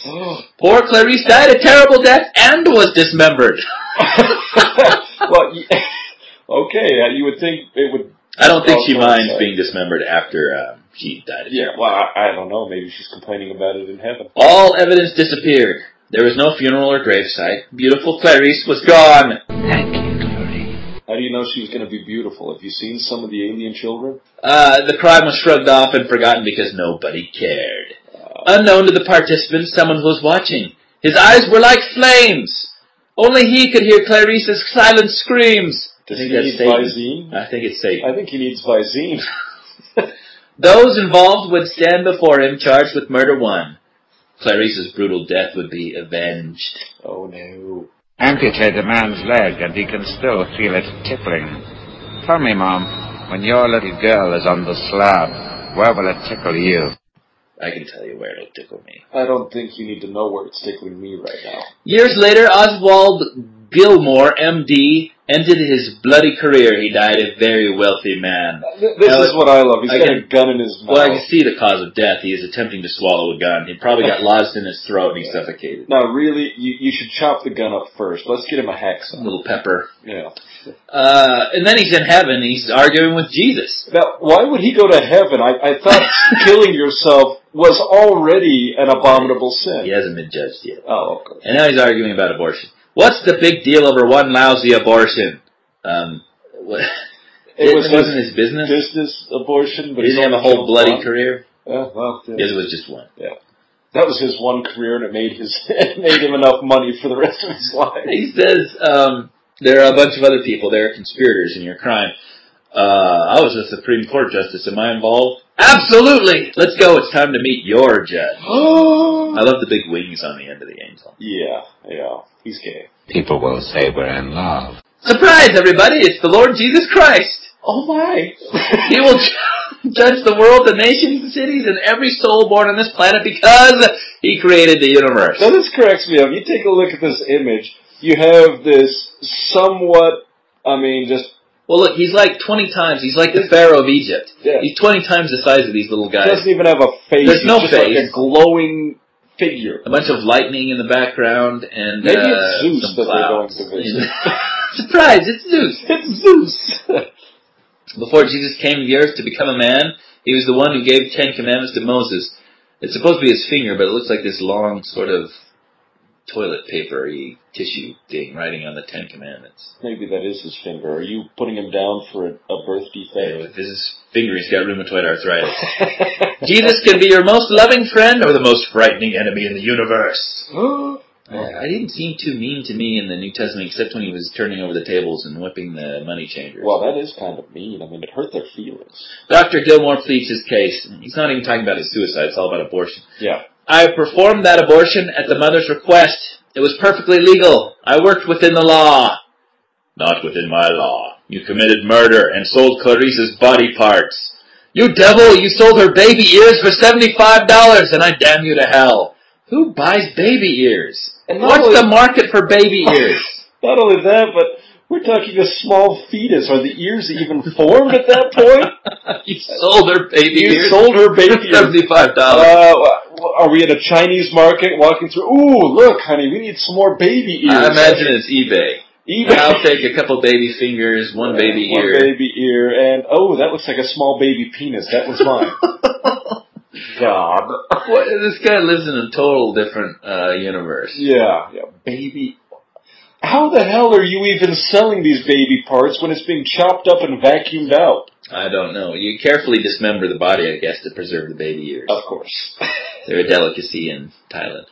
[SPEAKER 1] Poor Clarice died a terrible death and was dismembered.
[SPEAKER 2] well, you, okay, uh, you would think it would.
[SPEAKER 1] I don't think she
[SPEAKER 2] Oh,
[SPEAKER 1] minds
[SPEAKER 2] sorry.
[SPEAKER 1] being dismembered after um, she died. of
[SPEAKER 2] Yeah, well, I, I don't know. Maybe she's complaining about it in heaven.
[SPEAKER 1] All evidence disappeared. There was no funeral or gravesite. Beautiful Clarice was gone.
[SPEAKER 4] Thank you, Clary.
[SPEAKER 2] How do you know she was going to be beautiful? Have you seen some of the alien children?
[SPEAKER 1] Uh, the crime was shrugged off and forgotten because nobody cared.
[SPEAKER 2] Uh,
[SPEAKER 1] Unknown to the participants, someone was watching. His eyes were like flames. Only he could hear Clarice's silent screams.
[SPEAKER 2] Does
[SPEAKER 1] I
[SPEAKER 2] he
[SPEAKER 1] think
[SPEAKER 2] need
[SPEAKER 1] that's Satan.
[SPEAKER 2] Visine?
[SPEAKER 1] I think it's Satan.
[SPEAKER 2] I think he needs Visine.
[SPEAKER 1] Those involved would stand before him charged with murder one. Clarice's brutal death would be avenged.
[SPEAKER 2] oh no.
[SPEAKER 3] Amputate a man's leg and he can still feel it tickling. Tell me, Mom, when your little girl is on the slab, where will it tickle you?
[SPEAKER 1] I can tell you where it'll tickle me.
[SPEAKER 2] I don't think you need to know where it's tickling me right now.
[SPEAKER 1] Years later, Oswald Gilmore, M.D., ended his bloody career. He died a very wealthy man.
[SPEAKER 2] Th- This
[SPEAKER 1] Now,
[SPEAKER 2] is what I love. He's got a
[SPEAKER 1] again-
[SPEAKER 2] gun in his mouth.
[SPEAKER 1] Well, I can see the cause of death. He is attempting to swallow a gun. He probably got lodged in his throat and he suffocated.
[SPEAKER 2] No, really, you, you should chop the gun up first. Let's get him a hacksaw.
[SPEAKER 1] little pepper.
[SPEAKER 2] Yeah.
[SPEAKER 1] Uh, and then he's in heaven. He's arguing with Jesus.
[SPEAKER 2] Now, why would he go to heaven? I, I thought killing yourself was already an abominable sin.
[SPEAKER 1] He hasn't been judged yet.
[SPEAKER 2] Oh, okay.
[SPEAKER 1] And now he's arguing about abortion. What's the big deal over one lousy abortion? Um, what,
[SPEAKER 2] It,
[SPEAKER 1] it,
[SPEAKER 2] was
[SPEAKER 1] wasn't his
[SPEAKER 2] his
[SPEAKER 1] business.
[SPEAKER 2] business abortion, but
[SPEAKER 1] he didn't have a
[SPEAKER 2] only
[SPEAKER 1] whole
[SPEAKER 2] killed
[SPEAKER 1] bloody
[SPEAKER 2] one.
[SPEAKER 1] career.
[SPEAKER 2] Yeah, well, yeah.
[SPEAKER 1] Yes, it was just one.
[SPEAKER 2] that was his one career, and it made his it made him enough money for the rest of his life.
[SPEAKER 1] He says um, there are a bunch of other people. There are conspirators in your crime. Uh, I was a Supreme Court justice. Am I involved? Absolutely. Let's go. It's time to meet your judge. I love the big wings on the end of the angel.
[SPEAKER 2] yeah, yeah, he's gay.
[SPEAKER 3] People will say we're in love.
[SPEAKER 1] Surprise, everybody! It's the Lord Jesus Christ.
[SPEAKER 2] Oh my!
[SPEAKER 1] He will ju- judge the world, the nations, the cities, and every soul born on this planet because He created the universe.
[SPEAKER 2] Now this cracks me up. You take a look at this image. You have this somewhat, I mean, just
[SPEAKER 1] Well, look, He's like twenty times. He's like the Pharaoh of Egypt.
[SPEAKER 2] yeah,
[SPEAKER 1] He's twenty times the size of these little guys.
[SPEAKER 2] doesn't even have a face.
[SPEAKER 1] There's
[SPEAKER 2] He's
[SPEAKER 1] no
[SPEAKER 2] just like
[SPEAKER 1] face.
[SPEAKER 2] a glowing figure.
[SPEAKER 1] a bunch of lightning in the background and
[SPEAKER 2] Maybe
[SPEAKER 1] uh,
[SPEAKER 2] it's Zeus
[SPEAKER 1] some
[SPEAKER 2] that they're going
[SPEAKER 1] clouds.
[SPEAKER 2] to visit.
[SPEAKER 1] Surprise! It's Zeus.
[SPEAKER 2] It's Zeus.
[SPEAKER 1] Before Jesus came to the earth to become a man, he was the one who gave Ten Commandments to Moses. It's supposed to be his finger, but it looks like this long sort of toilet papery tissue thing writing on the Ten Commandments.
[SPEAKER 2] Maybe that is his finger. Are you putting him down for a, a birth
[SPEAKER 1] Anyway,
[SPEAKER 2] defect?
[SPEAKER 1] with his finger, he's got rheumatoid arthritis. Jesus can be your most loving friend or the most frightening enemy in the universe. I didn't seem too mean to me in the New Testament, except when he was turning over the tables and whipping the money changers.
[SPEAKER 2] well, that is kind of mean. I mean, it hurt their feelings.
[SPEAKER 1] Dr. Gilmore pleads his case. He's not even talking about his suicide, it's all about abortion.
[SPEAKER 2] Yeah.
[SPEAKER 1] I performed that abortion at the mother's request. It was perfectly legal. I worked within the law. Not within my law. You committed murder and sold Clarice's body parts. You devil, you sold her baby ears for $75 and I damn you to hell. Who buys baby ears?
[SPEAKER 2] And not
[SPEAKER 1] What's
[SPEAKER 2] only-
[SPEAKER 1] the market for baby ears?
[SPEAKER 2] Not only that, but we're talking a small fetus. Are the ears even formed at that point?
[SPEAKER 1] you sold her baby
[SPEAKER 2] You
[SPEAKER 1] ears
[SPEAKER 2] sold her
[SPEAKER 1] for
[SPEAKER 2] baby ears.
[SPEAKER 1] $75.
[SPEAKER 2] Uh, wha- are we in a Chinese market walking through? Ooh, look, honey, we need some more baby ears.
[SPEAKER 1] I imagine it's eBay.
[SPEAKER 2] Even
[SPEAKER 1] I'll take a couple baby fingers, one baby
[SPEAKER 2] One
[SPEAKER 1] ear.
[SPEAKER 2] baby ear, and oh, that looks like a small baby penis. That was mine. job.
[SPEAKER 1] What, this guy lives in a total different uh, universe.
[SPEAKER 2] yeah, yeah, baby. How the hell are you even selling these baby parts when it's being chopped up and vacuumed out?
[SPEAKER 1] I don't know. You carefully dismember the body, I guess, to preserve the baby ears.
[SPEAKER 2] Of course.
[SPEAKER 1] They're a delicacy in Thailand.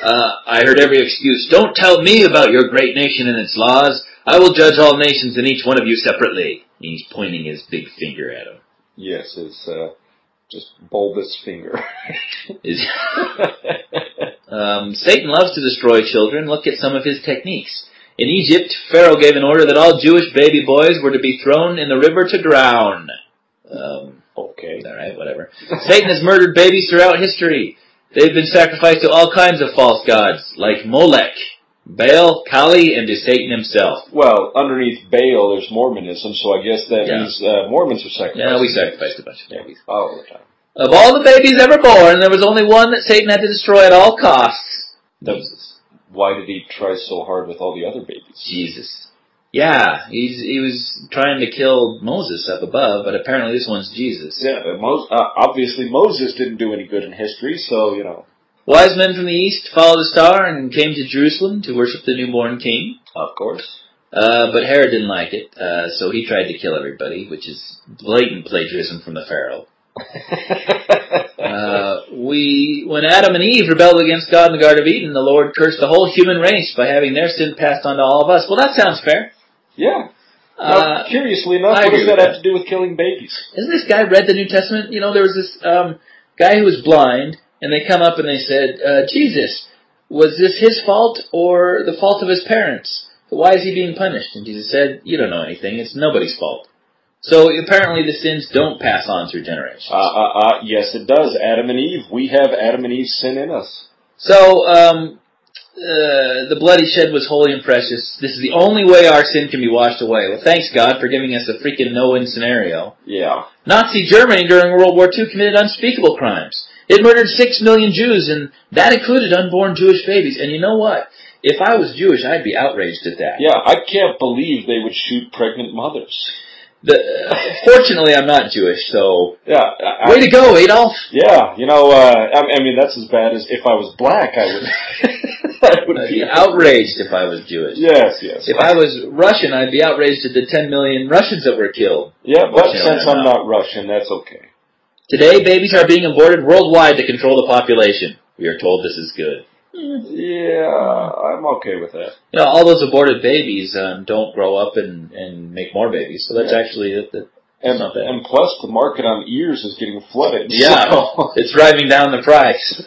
[SPEAKER 1] Uh, I heard every excuse. Don't tell me about your great nation and its laws. I will judge all nations and each one of you separately. And he's pointing his big finger at him.
[SPEAKER 2] yes, it's uh, just bulbous finger.
[SPEAKER 1] Is Um, Satan loves to destroy children. Look at some of his techniques. In Egypt, Pharaoh gave an order that all Jewish baby boys were to be thrown in the river to drown. Um,
[SPEAKER 2] okay.
[SPEAKER 1] all right, whatever. Satan has murdered babies throughout history. They've been sacrificed to all kinds of false gods, like Molech, Baal, Kali, and to Satan himself.
[SPEAKER 2] Well, underneath Baal, there's Mormonism, so I guess that
[SPEAKER 1] Yeah.
[SPEAKER 2] means uh, Mormons are Oh, sacrificed.
[SPEAKER 1] Yeah, we sacrificed a bunch of
[SPEAKER 2] Yeah,
[SPEAKER 1] babies.
[SPEAKER 2] all the time.
[SPEAKER 1] Of all the babies ever born, there was only one that Satan had to destroy at all costs. Moses.
[SPEAKER 2] Why did he try so hard with all the other babies?
[SPEAKER 1] Jesus. Yeah, he's he was trying to kill Moses up above, but apparently this one's Jesus.
[SPEAKER 2] Yeah, but Mo- uh, obviously Moses didn't do any good in history, so you know.
[SPEAKER 1] Wise men from the east followed the star and came to Jerusalem to worship the newborn king.
[SPEAKER 2] Of course.
[SPEAKER 1] Uh, but Herod didn't like it, uh, so he tried to kill everybody, which is blatant plagiarism from the Pharaoh. Uh, we, when Adam and Eve rebelled against God in the Garden of Eden, the Lord cursed the whole human race by having their sin passed on to all of us. Well, that sounds fair.
[SPEAKER 2] yeah.
[SPEAKER 1] Uh,
[SPEAKER 2] now, curiously enough,
[SPEAKER 1] I
[SPEAKER 2] what
[SPEAKER 1] agree
[SPEAKER 2] does that
[SPEAKER 1] with
[SPEAKER 2] have to do with killing babies?
[SPEAKER 1] isn't this guy read the New Testament? You know, there was this um, guy who was blind, and they come up and they said, uh, Jesus, was this his fault or the fault of his parents? Why is he being punished? And Jesus said, You don't know anything. It's nobody's fault. So apparently the sins don't pass on through generations.
[SPEAKER 2] Uh, uh, uh, yes, it does. Adam and Eve. We have Adam and Eve's sin in us.
[SPEAKER 1] So um, uh, the blood he shed was holy and precious. This is the only way our sin can be washed away. Well, thanks God for giving us a freaking no-win scenario.
[SPEAKER 2] Yeah.
[SPEAKER 1] Nazi Germany during World War II committed unspeakable crimes. It murdered six million Jews, and that included unborn Jewish babies. And you know what? If I was Jewish, I'd be outraged at that.
[SPEAKER 2] Yeah, I can't believe they would shoot pregnant mothers.
[SPEAKER 1] The, fortunately, I'm not Jewish, so
[SPEAKER 2] Yeah. I, I-
[SPEAKER 1] way to go, Adolf.
[SPEAKER 2] Yeah, you know, uh, I, I mean, that's as bad as if I was black, I would. I
[SPEAKER 1] I'd
[SPEAKER 2] would
[SPEAKER 1] be
[SPEAKER 2] be
[SPEAKER 1] outraged if I was Jewish.
[SPEAKER 2] Yes, yes.
[SPEAKER 1] If I was Russian, I'd be outraged at the 10 million Russians that were killed.
[SPEAKER 2] yeah, but
[SPEAKER 1] Yeah,
[SPEAKER 2] since
[SPEAKER 1] no.
[SPEAKER 2] I'm not Russian, that's okay.
[SPEAKER 1] Today, babies are being aborted worldwide to control the population. We are told this is good.
[SPEAKER 2] Yeah, I'm okay with that.
[SPEAKER 1] You know, all those aborted babies um, don't grow up and, and make more babies, so that's
[SPEAKER 2] Yeah.
[SPEAKER 1] actually the, the
[SPEAKER 2] And,
[SPEAKER 1] Not bad.
[SPEAKER 2] and plus, the market on ears is getting flooded.
[SPEAKER 1] Yeah.
[SPEAKER 2] so-
[SPEAKER 1] It's driving down the price.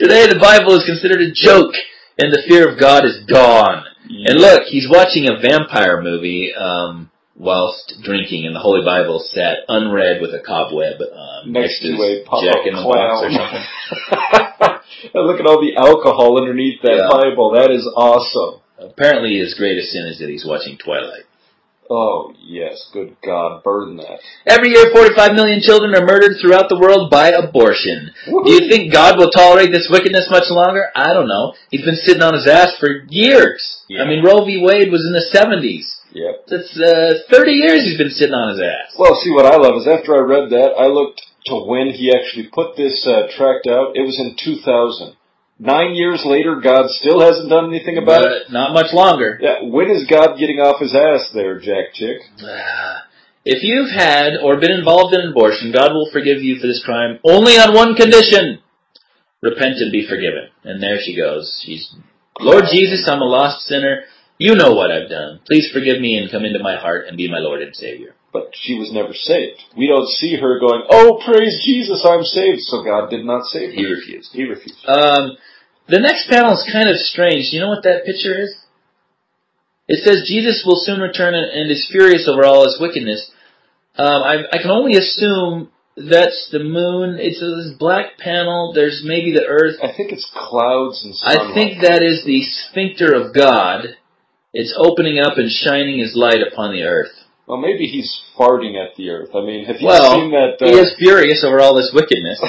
[SPEAKER 1] Today, the Bible is considered a joke, and the fear of God is gone. And look, he's watching a vampire movie um, whilst drinking, and the Holy Bible sat unread with a cobweb um,
[SPEAKER 2] next to a
[SPEAKER 1] his
[SPEAKER 2] pop
[SPEAKER 1] Jack in the Box or something.
[SPEAKER 2] clown. And look at all the alcohol underneath that
[SPEAKER 1] Yeah.
[SPEAKER 2] Bible. That is awesome.
[SPEAKER 1] Apparently, his greatest sin is that he's watching Twilight.
[SPEAKER 2] Oh yes, good God, burn that.
[SPEAKER 1] Every year, 45 million children are murdered throughout the world by abortion. Do you think God will tolerate this wickedness much longer? I don't know. He's been sitting on his ass for years.
[SPEAKER 2] Yeah.
[SPEAKER 1] I mean, Roe v. Wade was in the 70s.
[SPEAKER 2] Yep.
[SPEAKER 1] That's uh, 30 years he's been sitting on his ass.
[SPEAKER 2] Well, see, what I love is after I read that, I looked to when he actually put this uh, tract out. It was in 2000. Nine years later, God still hasn't done anything about it.
[SPEAKER 1] But not much longer.
[SPEAKER 2] Yeah, when is God getting off his ass there, Jack Chick?
[SPEAKER 1] Ah. If you've had or been involved in abortion, God will forgive you for this crime only on one condition. Repent and be forgiven. And there she goes. She's, Lord Jesus, I'm a lost sinner. You know what I've done. Please forgive me and come into my heart and be my Lord and Savior.
[SPEAKER 2] But she was never saved. We don't see her going, "Oh, praise Jesus, I'm saved." So God did not save her.
[SPEAKER 1] He refused.
[SPEAKER 2] He refused.
[SPEAKER 1] Um, the next panel is kind of strange. You know what that picture is? It says Jesus will soon return and- and is furious over all his wickedness. Um, I, I can only assume that's the moon. It's a, this black panel. There's maybe the earth.
[SPEAKER 2] I think it's clouds and sunlight.
[SPEAKER 1] I think that is the sphincter of God. It's opening up and shining his light upon the earth.
[SPEAKER 2] Well, maybe he's farting at the earth. I mean, have you
[SPEAKER 1] Well,
[SPEAKER 2] seen that? Uh,
[SPEAKER 1] He is furious over all this wickedness.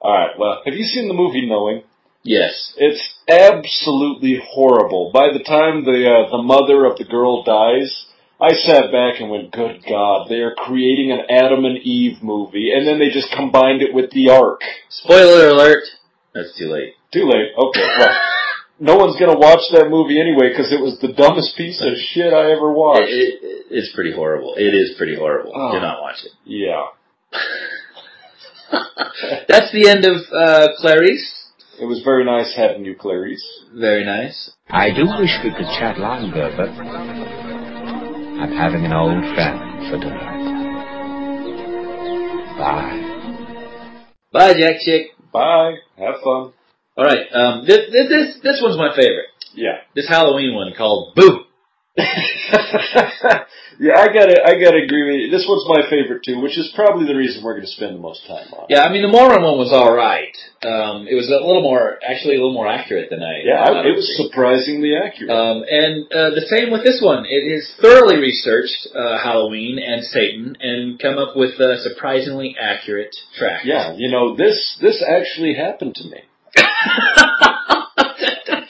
[SPEAKER 2] All right. Well, have you seen the movie Knowing?
[SPEAKER 1] Yes.
[SPEAKER 2] It's absolutely horrible. By the time the uh, the mother of the girl dies, I sat back and went, good God, they are creating an Adam and Eve movie, and then they just combined it with the Ark.
[SPEAKER 1] Spoiler alert. That's too late.
[SPEAKER 2] Too late. Okay, well, no one's gonna watch that movie anyway because it was the dumbest piece of shit I ever
[SPEAKER 1] It,
[SPEAKER 2] watched.
[SPEAKER 1] it- it- it's pretty horrible. It is pretty horrible.
[SPEAKER 2] Oh.
[SPEAKER 1] Do not watch it.
[SPEAKER 2] yeah,
[SPEAKER 1] That's the end of uh, Clarice.
[SPEAKER 2] it was very nice having you, Clarice.
[SPEAKER 1] Very nice.
[SPEAKER 3] I do wish we could chat longer, but I'm having an old friend for dinner. Bye.
[SPEAKER 1] Bye, Jack Chick.
[SPEAKER 2] Bye. Have fun.
[SPEAKER 1] All right. Um, this, this this this one's my favorite.
[SPEAKER 2] Yeah.
[SPEAKER 1] This Halloween one called Boo.
[SPEAKER 2] yeah, I gotta, I gotta agree with you. This one's my favorite too, which is probably the reason we're gonna spend the most time on.
[SPEAKER 1] Yeah, I mean the Moron one was all right. Um, it was a little more, actually a little more accurate than I.
[SPEAKER 2] Yeah,
[SPEAKER 1] thought
[SPEAKER 2] I, it was surprisingly accurate.
[SPEAKER 1] Um, and uh, the same with this one. It has thoroughly researched uh, Halloween and Satan and come up with uh, surprisingly accurate tracks.
[SPEAKER 2] yeah, you know this, this actually happened to me.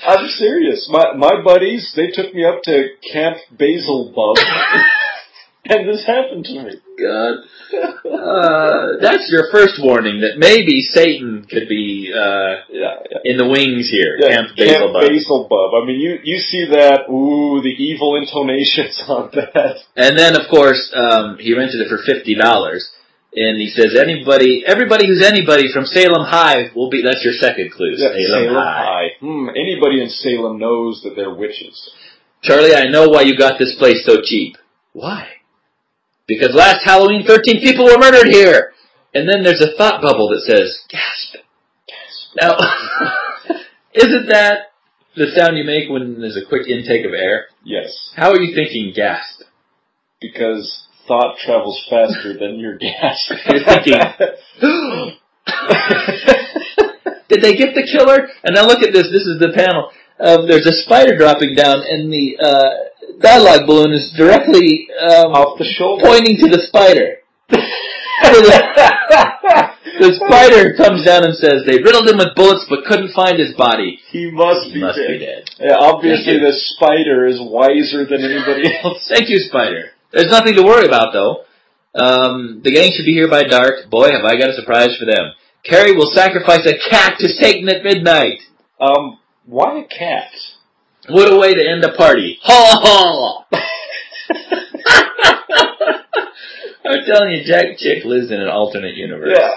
[SPEAKER 2] I'm serious. My my buddies, they took me up to Camp Basil Bub, and this happened to me.
[SPEAKER 1] God. Uh, that's your first warning that maybe Satan could be uh,
[SPEAKER 2] Yeah, yeah.
[SPEAKER 1] in the wings here.
[SPEAKER 2] yeah,
[SPEAKER 1] Camp Basil Bug.
[SPEAKER 2] Basil Bub. I mean, you you see that? Ooh, the evil intonations on that.
[SPEAKER 1] And then, of course, um, he rented it for fifty dollars, and he says anybody, everybody who's anybody from Salem High will be. That's your second clue,
[SPEAKER 2] Yeah,
[SPEAKER 1] Salem, High.
[SPEAKER 2] Hmm, anybody in Salem knows that they're witches.
[SPEAKER 1] Charlie, I know why you got this place so cheap. Why? Because last Halloween, thirteen people were murdered here. And then there's a thought bubble that says gasp. Now, isn't that the sound you make when there's a quick intake of air?
[SPEAKER 2] Yes,
[SPEAKER 1] How are you thinking gasp?
[SPEAKER 2] because thought travels faster than your gas.
[SPEAKER 1] You're thinking. Did they get the killer? And now look at this. This is the panel. Um, there's a spider dropping down, and the uh, dialogue balloon is directly um,
[SPEAKER 2] off the shoulder.
[SPEAKER 1] pointing to the spider. So the, the spider comes down and says, "They riddled him with bullets, but couldn't find his body.
[SPEAKER 2] He must
[SPEAKER 1] He
[SPEAKER 2] be
[SPEAKER 1] must
[SPEAKER 2] dead.
[SPEAKER 1] be dead."
[SPEAKER 2] Yeah, obviously
[SPEAKER 1] Thank you.
[SPEAKER 2] the spider is wiser than anybody else.
[SPEAKER 1] Thank you, spider. There's nothing to worry about, though. Um, the gang should be here by dark. Boy, have I got a surprise for them. Carrie will sacrifice a cat to Satan at midnight.
[SPEAKER 2] Um, why a cat?
[SPEAKER 1] What a way to end a party. Ha ha! I'm telling you, Jack Chick lives in an alternate universe.
[SPEAKER 2] Yeah,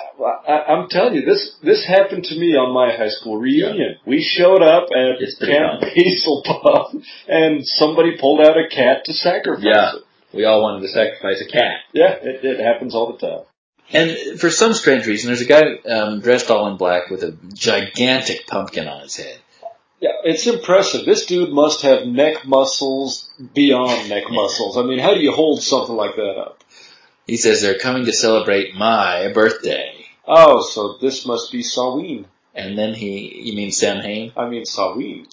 [SPEAKER 2] I, I'm telling you, this this happened to me on my high school reunion. We showed up at
[SPEAKER 1] It's pretty
[SPEAKER 2] Camp
[SPEAKER 1] common.
[SPEAKER 2] Basil Pub, and somebody pulled out a cat to sacrifice
[SPEAKER 1] Yeah.
[SPEAKER 2] it.
[SPEAKER 1] We all wanted to sacrifice a cat.
[SPEAKER 2] Yeah, it, it happens all the time.
[SPEAKER 1] And for some strange reason, there's a guy um, dressed all in black with a gigantic pumpkin on his head.
[SPEAKER 2] Yeah, it's impressive. This dude must have neck muscles beyond neck muscles. I mean, how do you hold something like that up?
[SPEAKER 1] He says they're coming to celebrate my birthday.
[SPEAKER 2] Oh, so this must be Saween.
[SPEAKER 1] And then he, you mean Sam Hain,
[SPEAKER 2] I mean, Saween.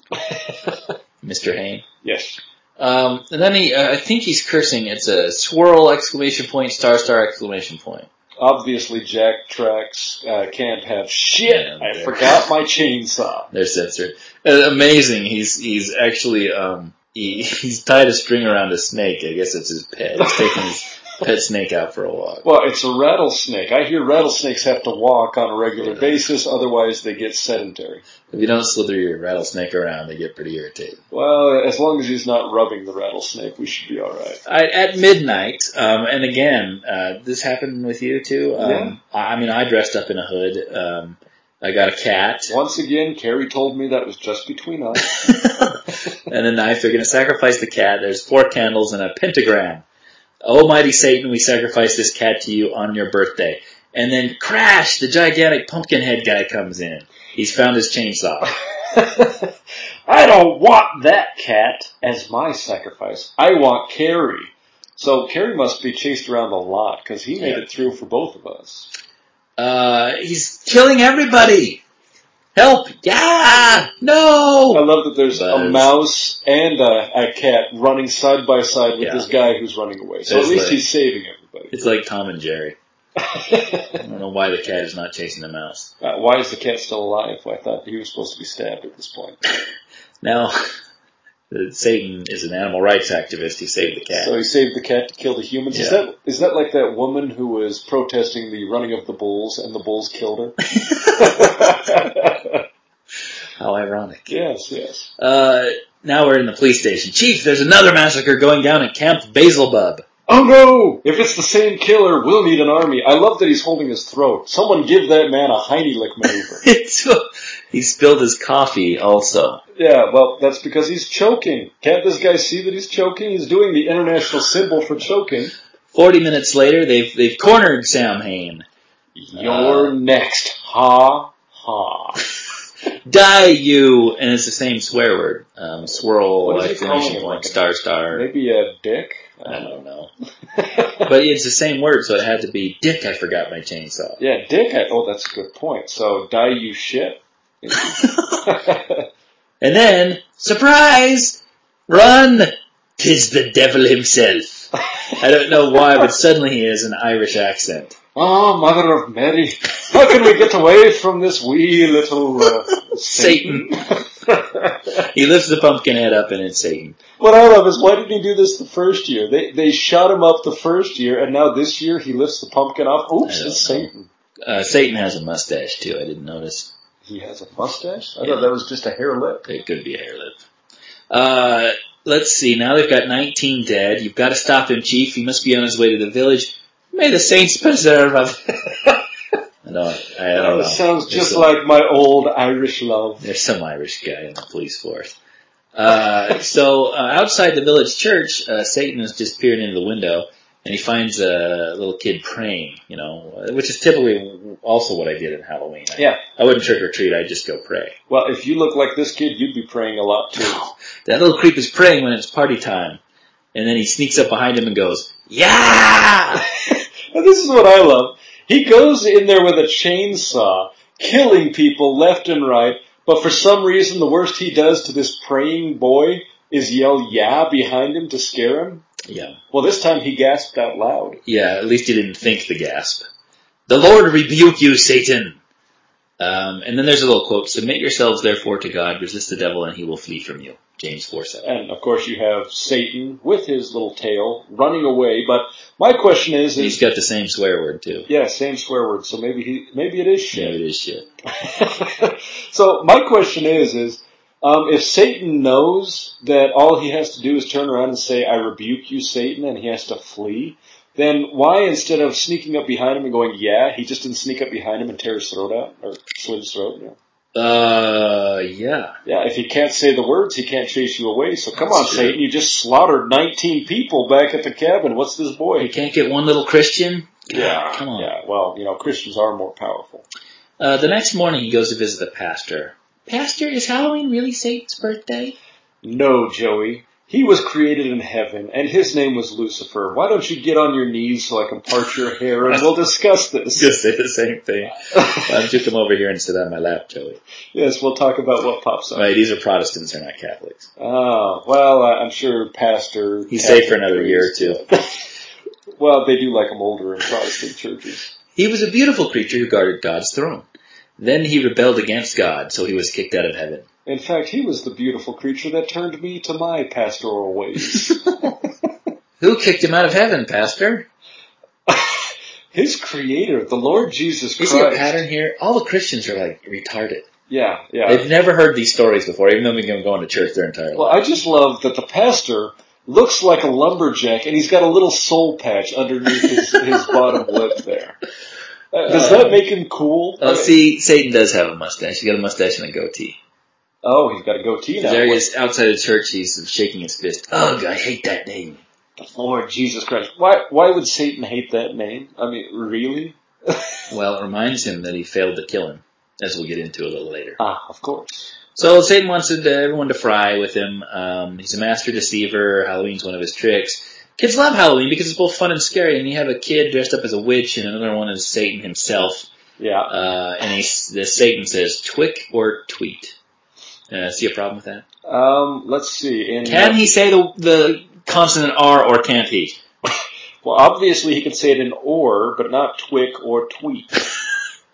[SPEAKER 1] Mr. Hain?
[SPEAKER 2] yes.
[SPEAKER 1] Um, and then he, uh, I think he's cursing. It's a swirl exclamation point, star star exclamation point.
[SPEAKER 2] Obviously, Jack Trax uh, can't have shit.
[SPEAKER 1] Yeah,
[SPEAKER 2] I
[SPEAKER 1] there.
[SPEAKER 2] forgot my chainsaw.
[SPEAKER 1] They're censored. Uh, amazing. He's he's actually um he, he's tied a string around a snake. I guess it's his pet. He's taking his pet snake out for a walk.
[SPEAKER 2] Well, it's a rattlesnake. I hear rattlesnakes have to walk on a regular basis, otherwise they get sedentary.
[SPEAKER 1] If you don't slither your rattlesnake around, they get pretty irritated.
[SPEAKER 2] Well, as long as he's not rubbing the rattlesnake, we should be all right.
[SPEAKER 1] I, at midnight, um, and again, uh, this happened with you too. Um, I, I mean, I dressed up in a hood. Um, I got a cat
[SPEAKER 2] Once again, Carrie told me that was just between us.
[SPEAKER 1] and a knife. They're going to sacrifice the cat. There's four candles and a pentagram. Almighty Satan, we sacrifice this cat to you on your birthday. And then crash, the gigantic pumpkin head guy comes in. He's found his chainsaw.
[SPEAKER 2] I don't want that cat as my sacrifice. I want Carrie. So Carrie must be chased around a lot because he made it through for both of us.
[SPEAKER 1] Uh, he's killing everybody. Help! Yeah!
[SPEAKER 2] I
[SPEAKER 1] No!
[SPEAKER 2] love that there's a
[SPEAKER 1] Buzz.
[SPEAKER 2] mouse and a, a cat running side by side with
[SPEAKER 1] Yeah.
[SPEAKER 2] this guy who's running away. So at
[SPEAKER 1] That's
[SPEAKER 2] least
[SPEAKER 1] right.
[SPEAKER 2] he's saving everybody.
[SPEAKER 1] It's like Tom and Jerry. I don't know why the cat is not chasing the mouse.
[SPEAKER 2] Uh, why is the cat still alive? I thought he was supposed to be stabbed at this point.
[SPEAKER 1] Now, that Satan is an animal rights activist. He saved the cat.
[SPEAKER 2] So he saved the cat to kill the humans. Is
[SPEAKER 1] Yeah.
[SPEAKER 2] that is that like that woman who was protesting the running of the bulls and the bulls killed her?
[SPEAKER 1] How ironic.
[SPEAKER 2] yes, yes.
[SPEAKER 1] Uh, now we're in the police station. Chief, there's another massacre going down at Camp Basilbub.
[SPEAKER 2] Oh no! If it's the same killer, we'll need an army. I love that he's holding his throat. Someone give that man a Heimlich maneuver.
[SPEAKER 1] It's- he spilled his coffee also.
[SPEAKER 2] yeah, well, that's because he's choking. Can't this guy see that he's choking? He's doing the international symbol for choking.
[SPEAKER 1] Forty minutes later, they've, they've cornered Sam Hain.
[SPEAKER 2] You're next. Ha ha.
[SPEAKER 1] Die, you! And it's the same swear word. Um, swirl,
[SPEAKER 2] What is it
[SPEAKER 1] exclamation
[SPEAKER 2] called?
[SPEAKER 1] point, star, star.
[SPEAKER 2] Maybe a dick?
[SPEAKER 1] I don't know. But it's the same word, so it had to be, Dick, I forgot my chainsaw.
[SPEAKER 2] yeah, dick. I, oh, that's a good point. So, die you shit.
[SPEAKER 1] And then, surprise! Run! Tis the devil himself. I don't know why, but suddenly he has an Irish accent.
[SPEAKER 2] Ah, Mother of Mary, how can we get away from this wee little uh,
[SPEAKER 1] Satan.
[SPEAKER 2] Satan?
[SPEAKER 1] He lifts the pumpkin head up and it's Satan.
[SPEAKER 2] what I love is why didn't he do this the first year? They they shot him up the first year, and now this year he lifts the pumpkin off.
[SPEAKER 1] I
[SPEAKER 2] Oops,
[SPEAKER 1] don't
[SPEAKER 2] it's
[SPEAKER 1] know.
[SPEAKER 2] Satan.
[SPEAKER 1] Uh, Satan has a mustache too, I didn't notice.
[SPEAKER 2] He has a mustache. I
[SPEAKER 1] Yeah.
[SPEAKER 2] thought that was just a hair lip.
[SPEAKER 1] It could be a hair lip. Uh, let's see, now they've got 19 dead. You've got to stop him, Chief. He must be on his way to the village. May the saints preserve him. I don't, I don't know.
[SPEAKER 2] That sounds just
[SPEAKER 1] There's some-
[SPEAKER 2] like my old Irish love.
[SPEAKER 1] There's some Irish guy in the police force. Uh, so uh, outside the village church, uh, Satan is just peering into the window, and he finds a little kid praying. You know, which is typically also what I did in Halloween. I,
[SPEAKER 2] Yeah.
[SPEAKER 1] I wouldn't trick or treat; I'd just go pray.
[SPEAKER 2] Well, if you look like this kid, you'd be praying a lot too.
[SPEAKER 1] That little creep is praying when it's party time, and then he sneaks up behind him and goes, "Yeah!"
[SPEAKER 2] And this is what I love. He goes in there with a chainsaw, killing people left and right, but for some reason the worst he does to this praying boy is yell yeah behind him to scare him.
[SPEAKER 1] Yeah,
[SPEAKER 2] Well, this time he gasped out loud.
[SPEAKER 1] yeah. At least he didn't think the gasp. The Lord rebuke you, Satan. Um, and then there's a little quote: "Submit yourselves, therefore, to God. Resist the devil, and he will flee from you." James four seven.
[SPEAKER 2] And of course you have Satan with his little tail running away, but my question is,
[SPEAKER 1] He's
[SPEAKER 2] is
[SPEAKER 1] got the same swear word too.
[SPEAKER 2] yeah, same swear word, so maybe he, maybe it is
[SPEAKER 1] Yeah,
[SPEAKER 2] shit.
[SPEAKER 1] it is shit.
[SPEAKER 2] so my question is is um, if Satan knows that all he has to do is turn around and say, "I rebuke you, Satan," and he has to flee, then why instead of sneaking up behind him and going, "Yeah," he just didn't sneak up behind him and tear his throat out or slit his throat? Yeah.
[SPEAKER 1] Uh, yeah.
[SPEAKER 2] yeah. If he can't say the words, he can't chase you away. So come
[SPEAKER 1] That's
[SPEAKER 2] on,
[SPEAKER 1] true.
[SPEAKER 2] Satan, you just slaughtered 19 people back at the cabin. What's this
[SPEAKER 1] You
[SPEAKER 2] boy?
[SPEAKER 1] can't get one little Christian.
[SPEAKER 2] Yeah,
[SPEAKER 1] come on.
[SPEAKER 2] Yeah, well, you know, Christians are more powerful.
[SPEAKER 1] Uh, the next morning he goes to visit the pastor. Pastor, is Halloween really Satan's birthday?
[SPEAKER 2] No, Joey. He was created in heaven, and his name was Lucifer. Why don't you get on your knees so I can part your hair and we'll discuss this?
[SPEAKER 1] Just say the same thing. Why don't you come over here and sit on my lap, Joey?
[SPEAKER 2] yes, we'll talk about what pops up.
[SPEAKER 1] Right, these are Protestants, they're not Catholics.
[SPEAKER 2] Oh, well, uh, I'm sure Pastor.
[SPEAKER 1] He's
[SPEAKER 2] Catholic
[SPEAKER 1] safe for another year or
[SPEAKER 2] priests-
[SPEAKER 1] two.
[SPEAKER 2] Well, they do like him older in Protestant churches.
[SPEAKER 1] He was a beautiful creature who guarded God's throne. Then he rebelled against God, so he was kicked out of heaven.
[SPEAKER 2] In fact, he was the beautiful creature that turned me to my pastoral ways.
[SPEAKER 1] Who kicked him out of heaven, Pastor?
[SPEAKER 2] His creator, the Lord Jesus
[SPEAKER 1] You
[SPEAKER 2] Christ.
[SPEAKER 1] see a pattern here? All the Christians are like retarded.
[SPEAKER 2] Yeah, yeah.
[SPEAKER 1] They've never heard these stories before, even though they've been going to church their entire life.
[SPEAKER 2] Well, I just love that the pastor looks like a lumberjack, and he's got a little soul patch underneath his, his bottom lip there. Uh, Does that make him cool? Uh,
[SPEAKER 1] Oh, see, Satan does have a mustache. He's got a mustache and a goatee.
[SPEAKER 2] Oh, he's got a goatee now.
[SPEAKER 1] There he is outside the church. He's shaking his fist. Ugh, I hate that name.
[SPEAKER 2] Lord Jesus Christ. Why? Why would Satan hate that name? I mean, really?
[SPEAKER 1] Well, it reminds him that he failed to kill him, as we'll get into a little later.
[SPEAKER 2] Ah, of course.
[SPEAKER 1] So Satan wants to- everyone to fry with him. Um, he's a master deceiver. Halloween's one of his tricks. Kids love Halloween because it's both fun and scary. And you have a kid dressed up as a witch, and another one is Satan himself.
[SPEAKER 2] Yeah.
[SPEAKER 1] Uh, and he, the Satan says, "Twick or tweet." Uh, see a problem with that?
[SPEAKER 2] Um. Let's see. In
[SPEAKER 1] Can he say the the consonant R or can't he?
[SPEAKER 2] Well, obviously he can say it in or, but not twick or tweet.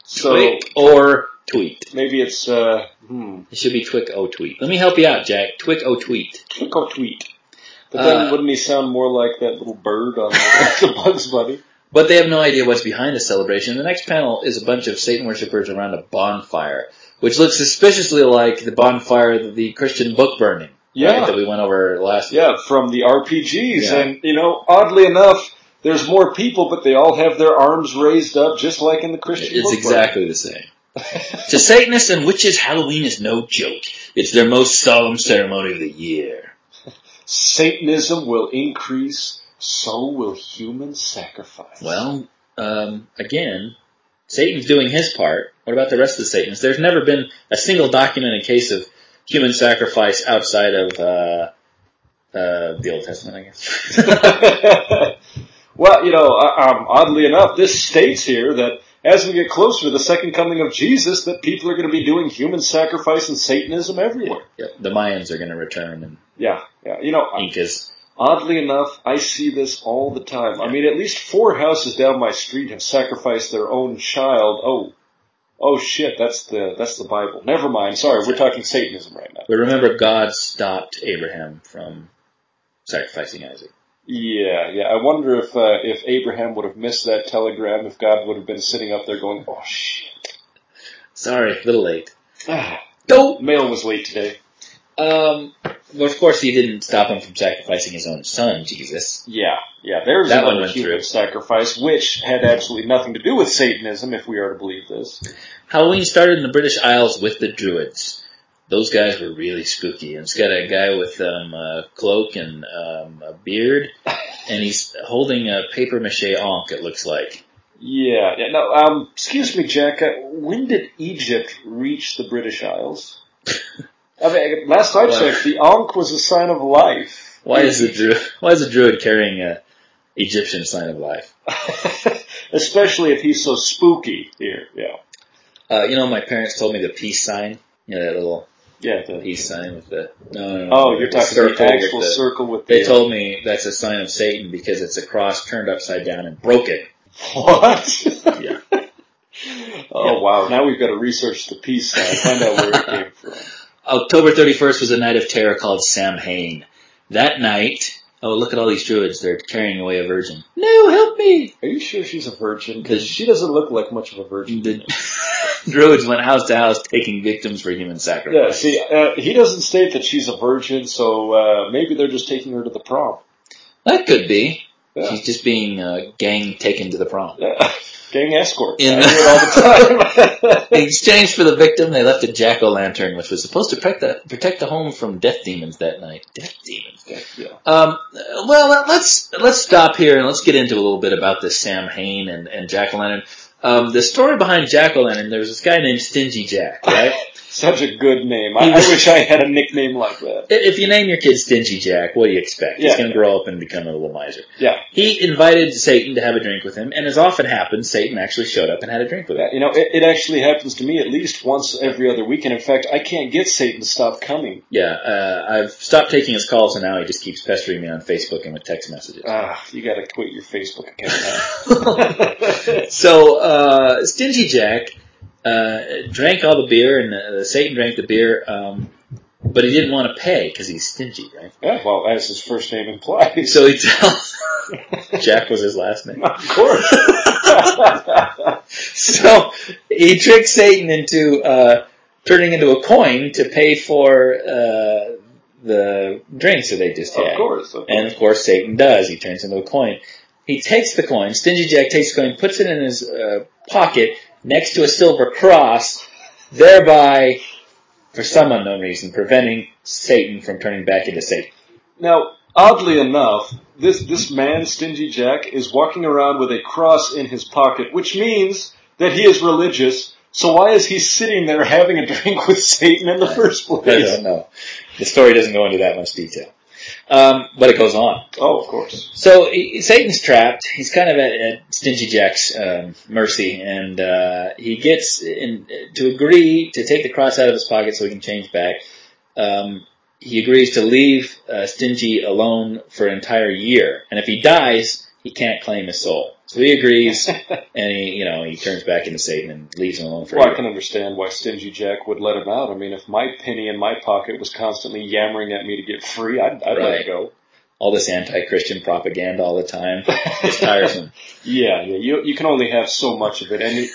[SPEAKER 2] So
[SPEAKER 1] Twick or tweet.
[SPEAKER 2] Maybe it's uh, hmm,
[SPEAKER 1] It should be Twick O tweet. Let me help you out, Jack. Twick O tweet.
[SPEAKER 2] click or tweet. But then
[SPEAKER 1] Uh,
[SPEAKER 2] wouldn't he sound more like that little bird on the Bugs Bunny?
[SPEAKER 1] But they have no idea what's behind the celebration. The next panel is a bunch of Satan worshippers around a bonfire, which looks suspiciously like the bonfire of the Christian book burning.
[SPEAKER 2] Yeah.
[SPEAKER 1] right, that we went over last.
[SPEAKER 2] Yeah, from the RPGs.
[SPEAKER 1] Yeah.
[SPEAKER 2] And, you know, oddly enough, there's more people, but they all have their arms raised up, just like in the Christian
[SPEAKER 1] It's
[SPEAKER 2] book.
[SPEAKER 1] exactly the same. to Satanists and witches, Halloween is no joke. It's their most solemn ceremony of the year.
[SPEAKER 2] Satanism will increase, so will human sacrifice.
[SPEAKER 1] Well, um, again, Satan's doing his part. What about the rest of the Satanists? There's never been a single documented case of human sacrifice outside of uh, uh, the Old Testament, I guess.
[SPEAKER 2] well, you know, uh, um, oddly enough, this states here that as we get closer to the second coming of Jesus, that people are going to be doing human sacrifice and Satanism everywhere.
[SPEAKER 1] Yep, the Mayans are going to return and
[SPEAKER 2] Yeah, yeah. You know,
[SPEAKER 1] Incas.
[SPEAKER 2] Oddly enough, I see this all the time. I mean, at least four houses down my street have sacrificed their own child. Oh, oh shit, that's the that's the Bible. Never mind. Sorry, we're talking Satanism right now.
[SPEAKER 1] But remember, God stopped Abraham from sacrificing Isaac.
[SPEAKER 2] Yeah, yeah. I wonder if uh, if Abraham would have missed that telegram if God would have been sitting up there going, "Oh shit,
[SPEAKER 1] Sorry, a little late.
[SPEAKER 2] ah,
[SPEAKER 1] Dope.
[SPEAKER 2] mail was late today."
[SPEAKER 1] Um, well, of course, he didn't stop him from sacrificing his own son, Jesus.
[SPEAKER 2] Yeah, yeah. There's
[SPEAKER 1] That one
[SPEAKER 2] another
[SPEAKER 1] went
[SPEAKER 2] human
[SPEAKER 1] through.
[SPEAKER 2] sacrifice, which had absolutely nothing to do with Satanism, if we are to believe this.
[SPEAKER 1] Halloween started in the British Isles with the Druids. Those guys were really spooky. And it's got a guy with um, a cloak and um, a beard, and he's holding a paper mache onk. It looks like
[SPEAKER 2] Yeah, yeah. No, um, excuse me, Jack. Uh, when did Egypt reach the British Isles? I mean, last I
[SPEAKER 1] Well-
[SPEAKER 2] checked, the Ankh was a sign of life.
[SPEAKER 1] why is the druid why is a druid carrying a Egyptian sign of life?
[SPEAKER 2] Especially if he's so spooky here. Yeah,
[SPEAKER 1] Uh, you know, my parents told me the peace sign. You know, that little
[SPEAKER 2] yeah. The,
[SPEAKER 1] peace sign with the. No, no, no.
[SPEAKER 2] oh, you're
[SPEAKER 1] the
[SPEAKER 2] talking about
[SPEAKER 1] circle
[SPEAKER 2] the
[SPEAKER 1] with
[SPEAKER 2] actual circle with the.
[SPEAKER 1] They told me that's a sign of Satan because it's a cross turned upside down and broken.
[SPEAKER 2] what?
[SPEAKER 1] Yeah.
[SPEAKER 2] Oh wow! Now we've got to research the peace sign, find out where it came from.
[SPEAKER 1] October 31st was a night of terror called Samhain. That night, oh, look at all these druids. They're carrying away a virgin. No, help me!
[SPEAKER 2] Are you sure she's a virgin? Because she doesn't look like much of a virgin.
[SPEAKER 1] The druids went house to house taking victims for human
[SPEAKER 2] Yeah,
[SPEAKER 1] sacrifice.
[SPEAKER 2] see, uh, he doesn't state that she's a virgin, so uh, maybe they're just taking her to the prom.
[SPEAKER 1] That could be.
[SPEAKER 2] Yeah.
[SPEAKER 1] She's just being uh, gang taken to the prom.
[SPEAKER 2] Yeah. Gang escort.
[SPEAKER 1] In-
[SPEAKER 2] I do it all the
[SPEAKER 1] In
[SPEAKER 2] time.
[SPEAKER 1] exchange for the victim, they left a jack o' lantern, which was supposed to protect the, protect the home from death demons that night. Death demons.
[SPEAKER 2] Yeah.
[SPEAKER 1] Um, well, let- let's let's stop here and let's get into a little bit about this Sam Hain and, and jack o' lantern. Um, the story behind jack o' lantern, there was this guy named Stingy Jack, right?
[SPEAKER 2] Such a good name. I, I wish I had a nickname like that.
[SPEAKER 1] I- if you name your kid Stingy Jack, what do you expect? He's
[SPEAKER 2] Yeah.
[SPEAKER 1] going to grow up and become a little miser.
[SPEAKER 2] Yeah.
[SPEAKER 1] He invited Satan to have a drink with him, and as often happens, Satan actually showed up and had a drink with him.
[SPEAKER 2] Yeah, You know, it, it actually happens to me at least once every other week, and in fact, I can't get Satan to stop coming.
[SPEAKER 1] Yeah, uh, I've stopped taking his calls, and now he just keeps pestering me on Facebook and with text messages.
[SPEAKER 2] Ah, you gotta quit your Facebook account.
[SPEAKER 1] so, uh, Stingy Jack uh, drank all the beer, and uh, Satan drank the beer, um, but he didn't want to pay because he's stingy, right?
[SPEAKER 2] yeah, well, as his first name implies.
[SPEAKER 1] So he tells Jack was his last name.
[SPEAKER 2] of course.
[SPEAKER 1] So he tricked Satan into uh, turning into a coin to pay for uh, the drinks that they just had.
[SPEAKER 2] Of course. Of
[SPEAKER 1] And
[SPEAKER 2] course.
[SPEAKER 1] of course, Satan does. He turns into a coin. He takes the coin. Stingy Jack takes the coin, puts it in his uh, pocket next to a silver cross, thereby, for some unknown reason, preventing Satan from turning back into Satan.
[SPEAKER 2] Now, oddly enough, this this man, Stingy Jack, is walking around with a cross in his pocket, which means that he is religious. So why is he sitting there having a drink with Satan in the first
[SPEAKER 1] I
[SPEAKER 2] place?
[SPEAKER 1] don't know. The story doesn't go into that much detail, um, but it goes on.
[SPEAKER 2] Oh, of course.
[SPEAKER 1] So he, Satan's trapped. He's kind of at, at Stingy Jack's um, mercy, and uh, he gets in, to agree to take the cross out of his pocket so he can change back. Um, he agrees to leave uh, Stingy alone for an entire year, and if he dies, he can't claim his soul. So he agrees, and he, you know, he turns back into Satan and leaves him alone for
[SPEAKER 2] Well,
[SPEAKER 1] a
[SPEAKER 2] I can
[SPEAKER 1] year.
[SPEAKER 2] understand why Stingy Jack would let him out. I mean, if my penny in my pocket was constantly yammering at me to get free, I'd, I'd let
[SPEAKER 1] Right.
[SPEAKER 2] it go.
[SPEAKER 1] All this anti-Christian propaganda all the time. It's tiresome.
[SPEAKER 2] Yeah, yeah. You you can only have so much of it, and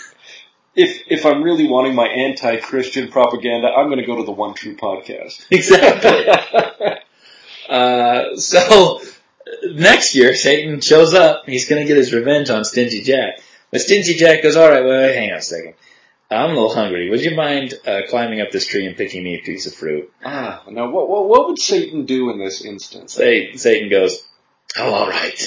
[SPEAKER 2] if if I'm really wanting my anti-Christian propaganda, I'm going to go to the One True podcast.
[SPEAKER 1] exactly. Uh, so next year, Satan shows up. He's going to get his revenge on Stingy Jack. But Stingy Jack goes, all right, well, hang on a second. I'm a little hungry. Would you mind uh, climbing up this tree and picking me a piece of fruit?
[SPEAKER 2] ah, now what, what what would Satan do in this instance?
[SPEAKER 1] Sa- Satan goes, oh, all right.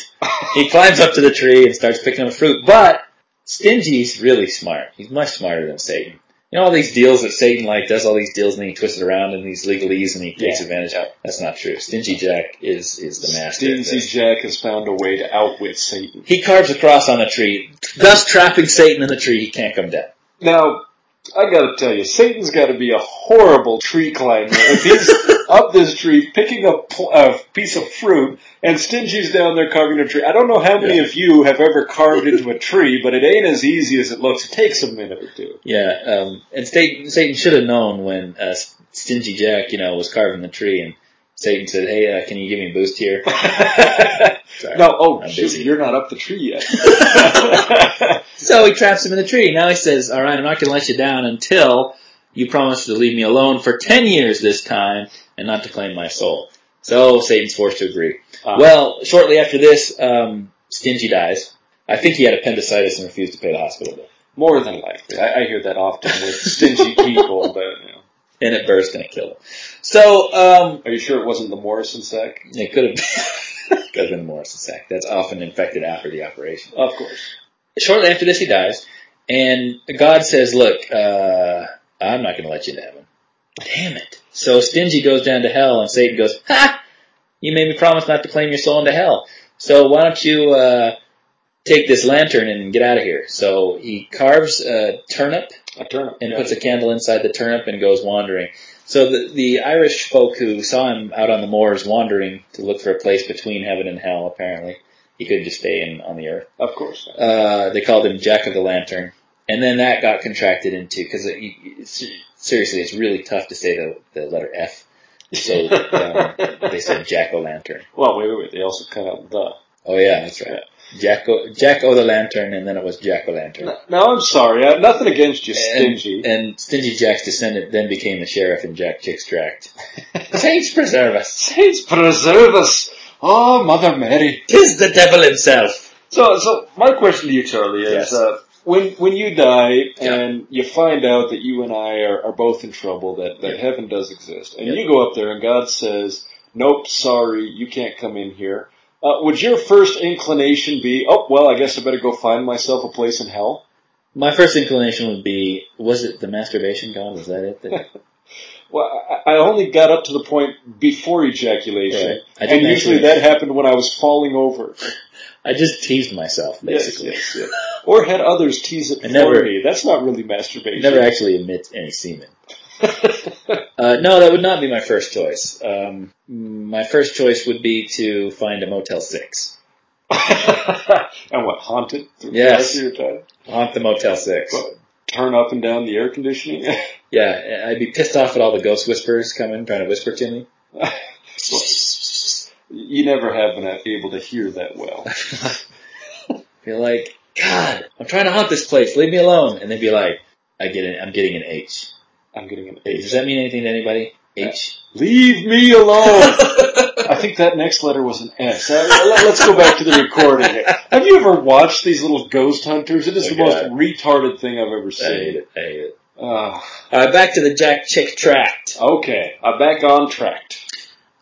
[SPEAKER 1] He climbs up to the tree and starts picking up fruit. But Stingy's really smart. He's much smarter than Satan. You know all these deals that Satan like does all these deals and then he twists it around and these legalese and he takes
[SPEAKER 2] Yeah.
[SPEAKER 1] advantage of. That's not true. Stingy Jack is is the master. of
[SPEAKER 2] Stingy
[SPEAKER 1] this.
[SPEAKER 2] Jack has found a way to outwit Satan.
[SPEAKER 1] He carves a cross on the tree, thus trapping Satan in the tree. He can't come down.
[SPEAKER 2] Now, I gotta tell you, Satan's got to be a horrible tree climber. If he's up this tree picking a, pl- a piece of fruit, and Stingy's down there carving a tree. I don't know how many
[SPEAKER 1] Yeah.
[SPEAKER 2] of you have ever carved into a tree, but it ain't as easy as it looks. It takes a minute or two.
[SPEAKER 1] Yeah, um, and Satan, Satan should have known when uh, Stingy Jack, you know, was carving the tree, and Satan said, "Hey, uh, can you give me a boost here?" Sorry.
[SPEAKER 2] no, oh
[SPEAKER 1] I'm
[SPEAKER 2] shoot,
[SPEAKER 1] busy.
[SPEAKER 2] you're not up the tree yet.
[SPEAKER 1] So he traps him in the tree. Now he says, "All right, I'm not going to let you down until you promise to leave me alone for ten years this time, and not to claim my soul." So Satan's forced to agree.
[SPEAKER 2] Ah.
[SPEAKER 1] Well, shortly after this, um, Stingy dies. I think he had appendicitis and refused to pay the hospital bill.
[SPEAKER 2] More than likely, I, I hear that often with stingy people. But you know.
[SPEAKER 1] and it burst and it killed him. So um,
[SPEAKER 2] are you sure it wasn't the Morrison sack?
[SPEAKER 1] it could have been, could have been Morrison's sack. That's often infected after the operation.
[SPEAKER 2] Of course.
[SPEAKER 1] Shortly after this, he dies, and God says, "Look, uh, I'm not going to let you into heaven." Damn it! So Stingy goes down to hell, and Satan goes, "Ha! You made me promise not to claim your soul into hell. So why don't you?" Uh, Take this lantern and get out of here. So he carves a turnip
[SPEAKER 2] A turnip.
[SPEAKER 1] and
[SPEAKER 2] yeah.
[SPEAKER 1] puts a candle inside the turnip and goes wandering. So the, the Irish folk who saw him out on the moors wandering to look for a place between heaven and hell, apparently, he could just stay in, on the earth.
[SPEAKER 2] of course.
[SPEAKER 1] Uh, they called him Jack of the Lantern. And then that got contracted into, because it, it's- seriously, it's really tough to say the, the letter F. So um, they said Jack o' Lantern.
[SPEAKER 2] Well, wait, wait, wait. They also cut out the.
[SPEAKER 1] Oh, yeah, that's right. Jack o, Jack o' the Lantern, and then it was Jack o' Lantern.
[SPEAKER 2] No, no, I'm sorry. I, nothing against you,
[SPEAKER 1] And-
[SPEAKER 2] stingy.
[SPEAKER 1] And, Stingy Jack's descendant then became the sheriff in Jack Chick's Tract. Saints preserve us.
[SPEAKER 2] Saints preserve us. Oh, Mother Mary.
[SPEAKER 1] Tis the devil himself.
[SPEAKER 2] So, so my question to you, Charlie, is
[SPEAKER 1] Yes.
[SPEAKER 2] uh, when when you die
[SPEAKER 1] Yeah.
[SPEAKER 2] and you find out that you and I are, are both in trouble, that, that
[SPEAKER 1] Yeah.
[SPEAKER 2] heaven does exist, and
[SPEAKER 1] Yeah.
[SPEAKER 2] you go up there and God says, "Nope, sorry, you can't come in here." Uh, would your first inclination be, "Oh, well, I guess I better go find myself a place in hell"?
[SPEAKER 1] My first inclination would be, was it the masturbation god? Was that it? That-
[SPEAKER 2] Well, I, I only got up to the point before ejaculation,
[SPEAKER 1] Right. I didn't
[SPEAKER 2] and usually
[SPEAKER 1] actually-
[SPEAKER 2] that happened when I was falling over.
[SPEAKER 1] I just teased myself,
[SPEAKER 2] Yes,
[SPEAKER 1] basically.
[SPEAKER 2] yes, yes. Or had others tease it
[SPEAKER 1] I
[SPEAKER 2] for
[SPEAKER 1] never-
[SPEAKER 2] me. That's not really masturbation.
[SPEAKER 1] Never actually emit any semen. Uh, no, that would not be my first choice. Um, my first choice would be to find a Motel 6.
[SPEAKER 2] and what, haunted? through the
[SPEAKER 1] Yes.
[SPEAKER 2] rest of your time?
[SPEAKER 1] Haunt the Motel 6.
[SPEAKER 2] Well, Turn up and down the air conditioning?
[SPEAKER 1] Yeah, I'd be pissed off at all the ghost whisperers coming, trying to whisper to me.
[SPEAKER 2] you never have been able to hear that well.
[SPEAKER 1] be like, God, I'm trying to hunt this place. Leave me alone. And they'd be like, I get an, I'm getting an H.
[SPEAKER 2] I'm getting an
[SPEAKER 1] Hey, Does
[SPEAKER 2] H.
[SPEAKER 1] that mean anything to anybody? H.
[SPEAKER 2] Leave me alone! I think that next letter was an S. Uh, let- Let's go back to the recording. here. Have you ever watched these little ghost hunters? It is
[SPEAKER 1] Oh,
[SPEAKER 2] the most
[SPEAKER 1] God.
[SPEAKER 2] retarded thing I've ever
[SPEAKER 1] I hate
[SPEAKER 2] seen.
[SPEAKER 1] it. I hate it.
[SPEAKER 2] Ah,
[SPEAKER 1] All right, back to the Jack Chick tract.
[SPEAKER 2] okay, I'm back on track.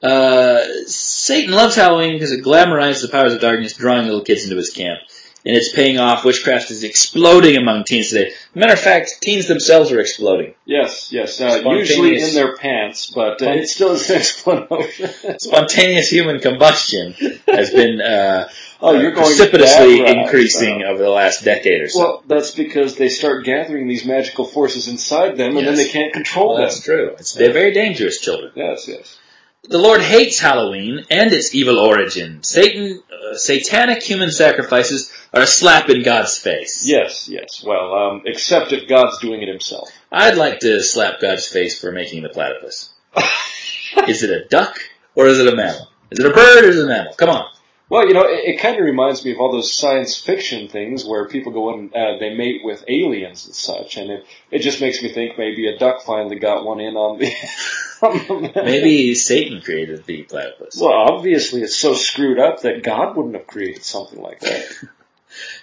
[SPEAKER 1] Uh, Satan loves Halloween because it glamorizes the powers of darkness, drawing little kids into his camp. And it's paying off. Witchcraft is exploding among teens today. Matter of fact, teens themselves are exploding.
[SPEAKER 2] Yes, yes. Uh,
[SPEAKER 1] Spontaneous-
[SPEAKER 2] usually in their pants, but uh, it still is an explanation.
[SPEAKER 1] Spontaneous human combustion has been uh,
[SPEAKER 2] oh, you're going
[SPEAKER 1] precipitously
[SPEAKER 2] that route.
[SPEAKER 1] increasing
[SPEAKER 2] Uh,
[SPEAKER 1] over the last decade or so.
[SPEAKER 2] well, that's because they start gathering these magical forces inside them, and then
[SPEAKER 1] Yes.
[SPEAKER 2] they can't control
[SPEAKER 1] Well,
[SPEAKER 2] them.
[SPEAKER 1] that's true. It's, they're very dangerous children.
[SPEAKER 2] Yes, yes.
[SPEAKER 1] the Lord hates Halloween and its evil origin. Satan, uh, satanic human sacrifices are a slap in God's face.
[SPEAKER 2] Yes, yes. Well, um, except if God's doing it himself.
[SPEAKER 1] I'd like to slap God's face for making the platypus. is it a duck or is it a mammal? Is it a bird or is it a mammal? Come on.
[SPEAKER 2] Well, you know, it, it kind of reminds me of all those science fiction things where people go in, uh, they mate with aliens and such, and it, it just makes me think maybe a duck finally got one in on the. on the
[SPEAKER 1] Maybe Satan created the platypus.
[SPEAKER 2] Well, obviously, it's so screwed up that God wouldn't have created something like that.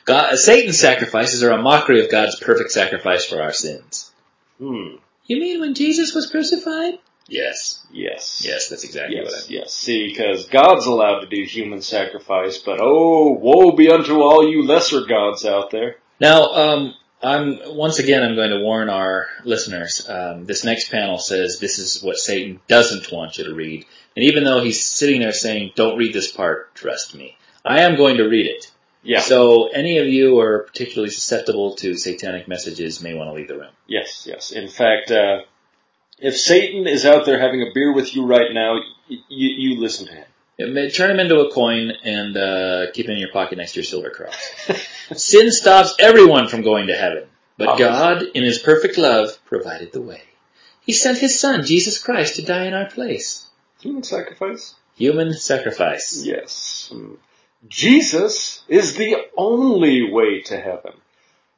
[SPEAKER 1] God, Satan's sacrifices are a mockery of God's perfect sacrifice for our sins.
[SPEAKER 2] Hmm.
[SPEAKER 1] You mean when Jesus was crucified? Yes.
[SPEAKER 2] Yes.
[SPEAKER 1] Yes, that's exactly what I
[SPEAKER 2] Yes, yes. See, because God's allowed to do human sacrifice, but oh, woe be unto all you lesser gods out there.
[SPEAKER 1] Now, um, I'm once again I'm going to warn our listeners. Um, this next panel says this is what Satan doesn't want you to read, and even though he's sitting there saying, "Don't read this part," trust me, I am going to read it.
[SPEAKER 2] Yeah.
[SPEAKER 1] So, any of you who are particularly susceptible to satanic messages may want to leave the room.
[SPEAKER 2] Yes, yes. In fact, uh, if Satan is out there having a beer with you right now, y- y- you listen to him.
[SPEAKER 1] It may- turn them into a coin and uh, keep it in your pocket next to your silver cross. Sin stops everyone from going to heaven, but
[SPEAKER 2] Obviously.
[SPEAKER 1] God, in His perfect love, provided the way. He sent His Son, Jesus Christ, to die in our place.
[SPEAKER 2] Human sacrifice?
[SPEAKER 1] Human sacrifice.
[SPEAKER 2] Yes. Hmm. Jesus is the only way to heaven.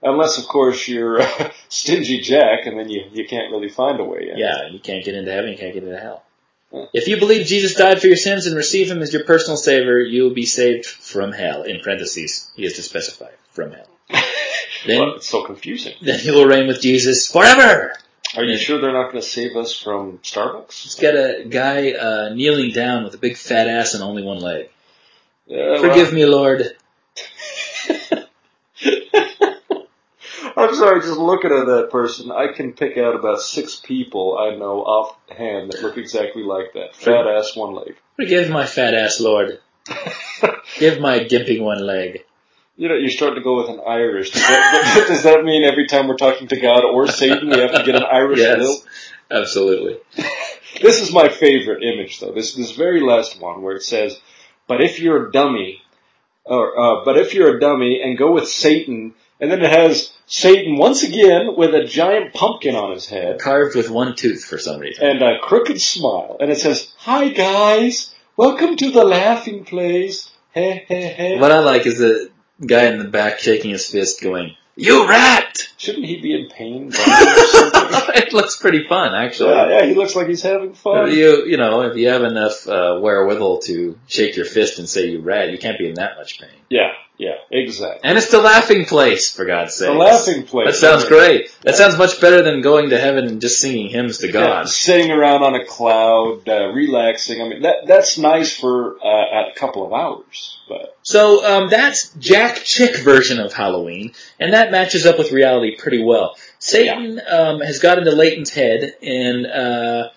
[SPEAKER 2] Unless, of course, you're uh, stingy Jack, and then you, you can't really find a way in.
[SPEAKER 1] Yeah, you can't get into heaven, you can't get into hell.
[SPEAKER 2] Hmm.
[SPEAKER 1] If you believe Jesus died for your sins and receive Him as your personal Savior, you will be saved from hell. In parentheses, He has to specify from hell. Then,
[SPEAKER 2] Well, it's so confusing.
[SPEAKER 1] then you will reign with Jesus forever.
[SPEAKER 2] Are you
[SPEAKER 1] Yeah.
[SPEAKER 2] sure they're not going to save us from Starbucks?
[SPEAKER 1] It's got a guy uh, kneeling down with a big fat ass and only one leg.
[SPEAKER 2] Yeah,
[SPEAKER 1] Forgive me, Lord.
[SPEAKER 2] I'm sorry, just looking at that person, I can pick out about six people I know offhand that look exactly like that. Fat ass, one leg.
[SPEAKER 1] Forgive my fat ass, Lord. Give my gimping one leg.
[SPEAKER 2] You know, you're starting to go with an Irish. Does that, does that mean every time we're talking to God or Satan, we have to get an Irish
[SPEAKER 1] Yes.
[SPEAKER 2] lilt?
[SPEAKER 1] Absolutely.
[SPEAKER 2] This is my favorite image, though. This this very last one where it says, "But if you're a dummy, or uh, but if you're a dummy and go with Satan," and then it has Satan once again with a giant pumpkin on his head
[SPEAKER 1] Carved with one tooth for some reason.
[SPEAKER 2] and a crooked smile, and it says, "Hi guys, welcome to the laughing place." Hey hey hey!
[SPEAKER 1] What I like is the guy in the back shaking his fist going, You rat!
[SPEAKER 2] Shouldn't he be in pain? or something?
[SPEAKER 1] it looks pretty fun, actually.
[SPEAKER 2] yeah, yeah, he looks like he's having
[SPEAKER 1] If
[SPEAKER 2] fun.
[SPEAKER 1] you, you know, if you have enough uh, wherewithal to shake your fist and say you rat, you can't be in that much pain.
[SPEAKER 2] Yeah, yeah, exactly.
[SPEAKER 1] And it's the laughing place, for God's sake.
[SPEAKER 2] The laughing place.
[SPEAKER 1] That sounds great. That sounds much better than going to heaven and just singing hymns to
[SPEAKER 2] Yeah,
[SPEAKER 1] God.
[SPEAKER 2] sitting around on a cloud, uh, relaxing. I mean, that that's nice for uh, a couple of hours, but
[SPEAKER 1] So um, that's Jack Chick version of Halloween, and that matches up with reality pretty well. Satan um, has got into Leighton's head and uh,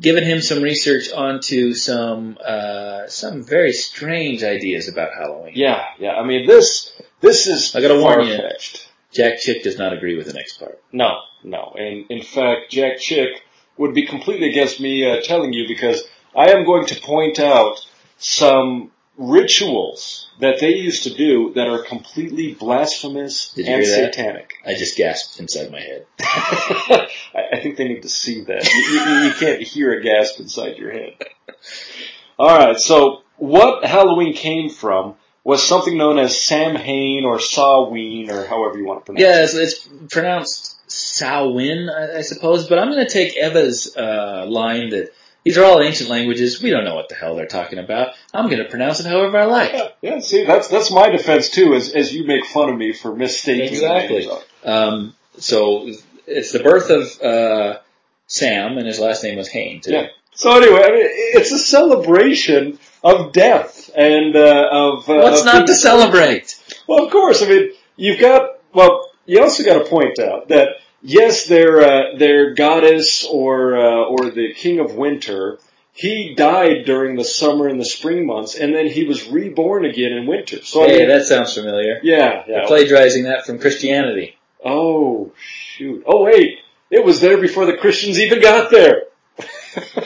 [SPEAKER 1] given him some research onto some uh, some very strange ideas about Halloween.
[SPEAKER 2] yeah, yeah. I mean, this this is
[SPEAKER 1] I gotta warn you.
[SPEAKER 2] far-fetched.
[SPEAKER 1] Jack Chick does not agree with the next part.
[SPEAKER 2] No, no. And in fact, Jack Chick would be completely against me uh, telling you because I am going to point out some rituals that they used to do that are completely blasphemous
[SPEAKER 1] Did you
[SPEAKER 2] and
[SPEAKER 1] hear that?
[SPEAKER 2] satanic.
[SPEAKER 1] I just gasped inside my head.
[SPEAKER 2] I, I think they need to see that. You, you, you can't hear a gasp inside your head. All right, so what Halloween came from was something known as Samhain or Samhain or however you want to pronounce it.
[SPEAKER 1] Yeah, it's, it's pronounced Samhain, I, I suppose, but I'm going to take Eva's uh, line that these are all ancient languages. We don't know what the hell they're talking about. I'm going to pronounce it however I like.
[SPEAKER 2] Yeah, yeah, see, that's that's my defense too, as as you make fun of me for mistaking
[SPEAKER 1] Exactly.
[SPEAKER 2] names.
[SPEAKER 1] Um, so it's the birth of uh, Sam, and his last name was Hain. Too.
[SPEAKER 2] Yeah. So anyway, I mean, it's a celebration of death and uh, of uh,
[SPEAKER 1] What's
[SPEAKER 2] of
[SPEAKER 1] not to
[SPEAKER 2] being-
[SPEAKER 1] celebrate?
[SPEAKER 2] Well, of course. I mean, you've got well. You also got to point out that yes, their uh, their goddess or uh, or the king of winter. He died during the summer and the spring months, and then he was reborn again in winter. So I
[SPEAKER 1] Hey,
[SPEAKER 2] mean,
[SPEAKER 1] that sounds familiar.
[SPEAKER 2] yeah,
[SPEAKER 1] They're
[SPEAKER 2] yeah.
[SPEAKER 1] plagiarizing that from Christianity.
[SPEAKER 2] Oh shoot! Oh wait, it was there before the Christians even got there.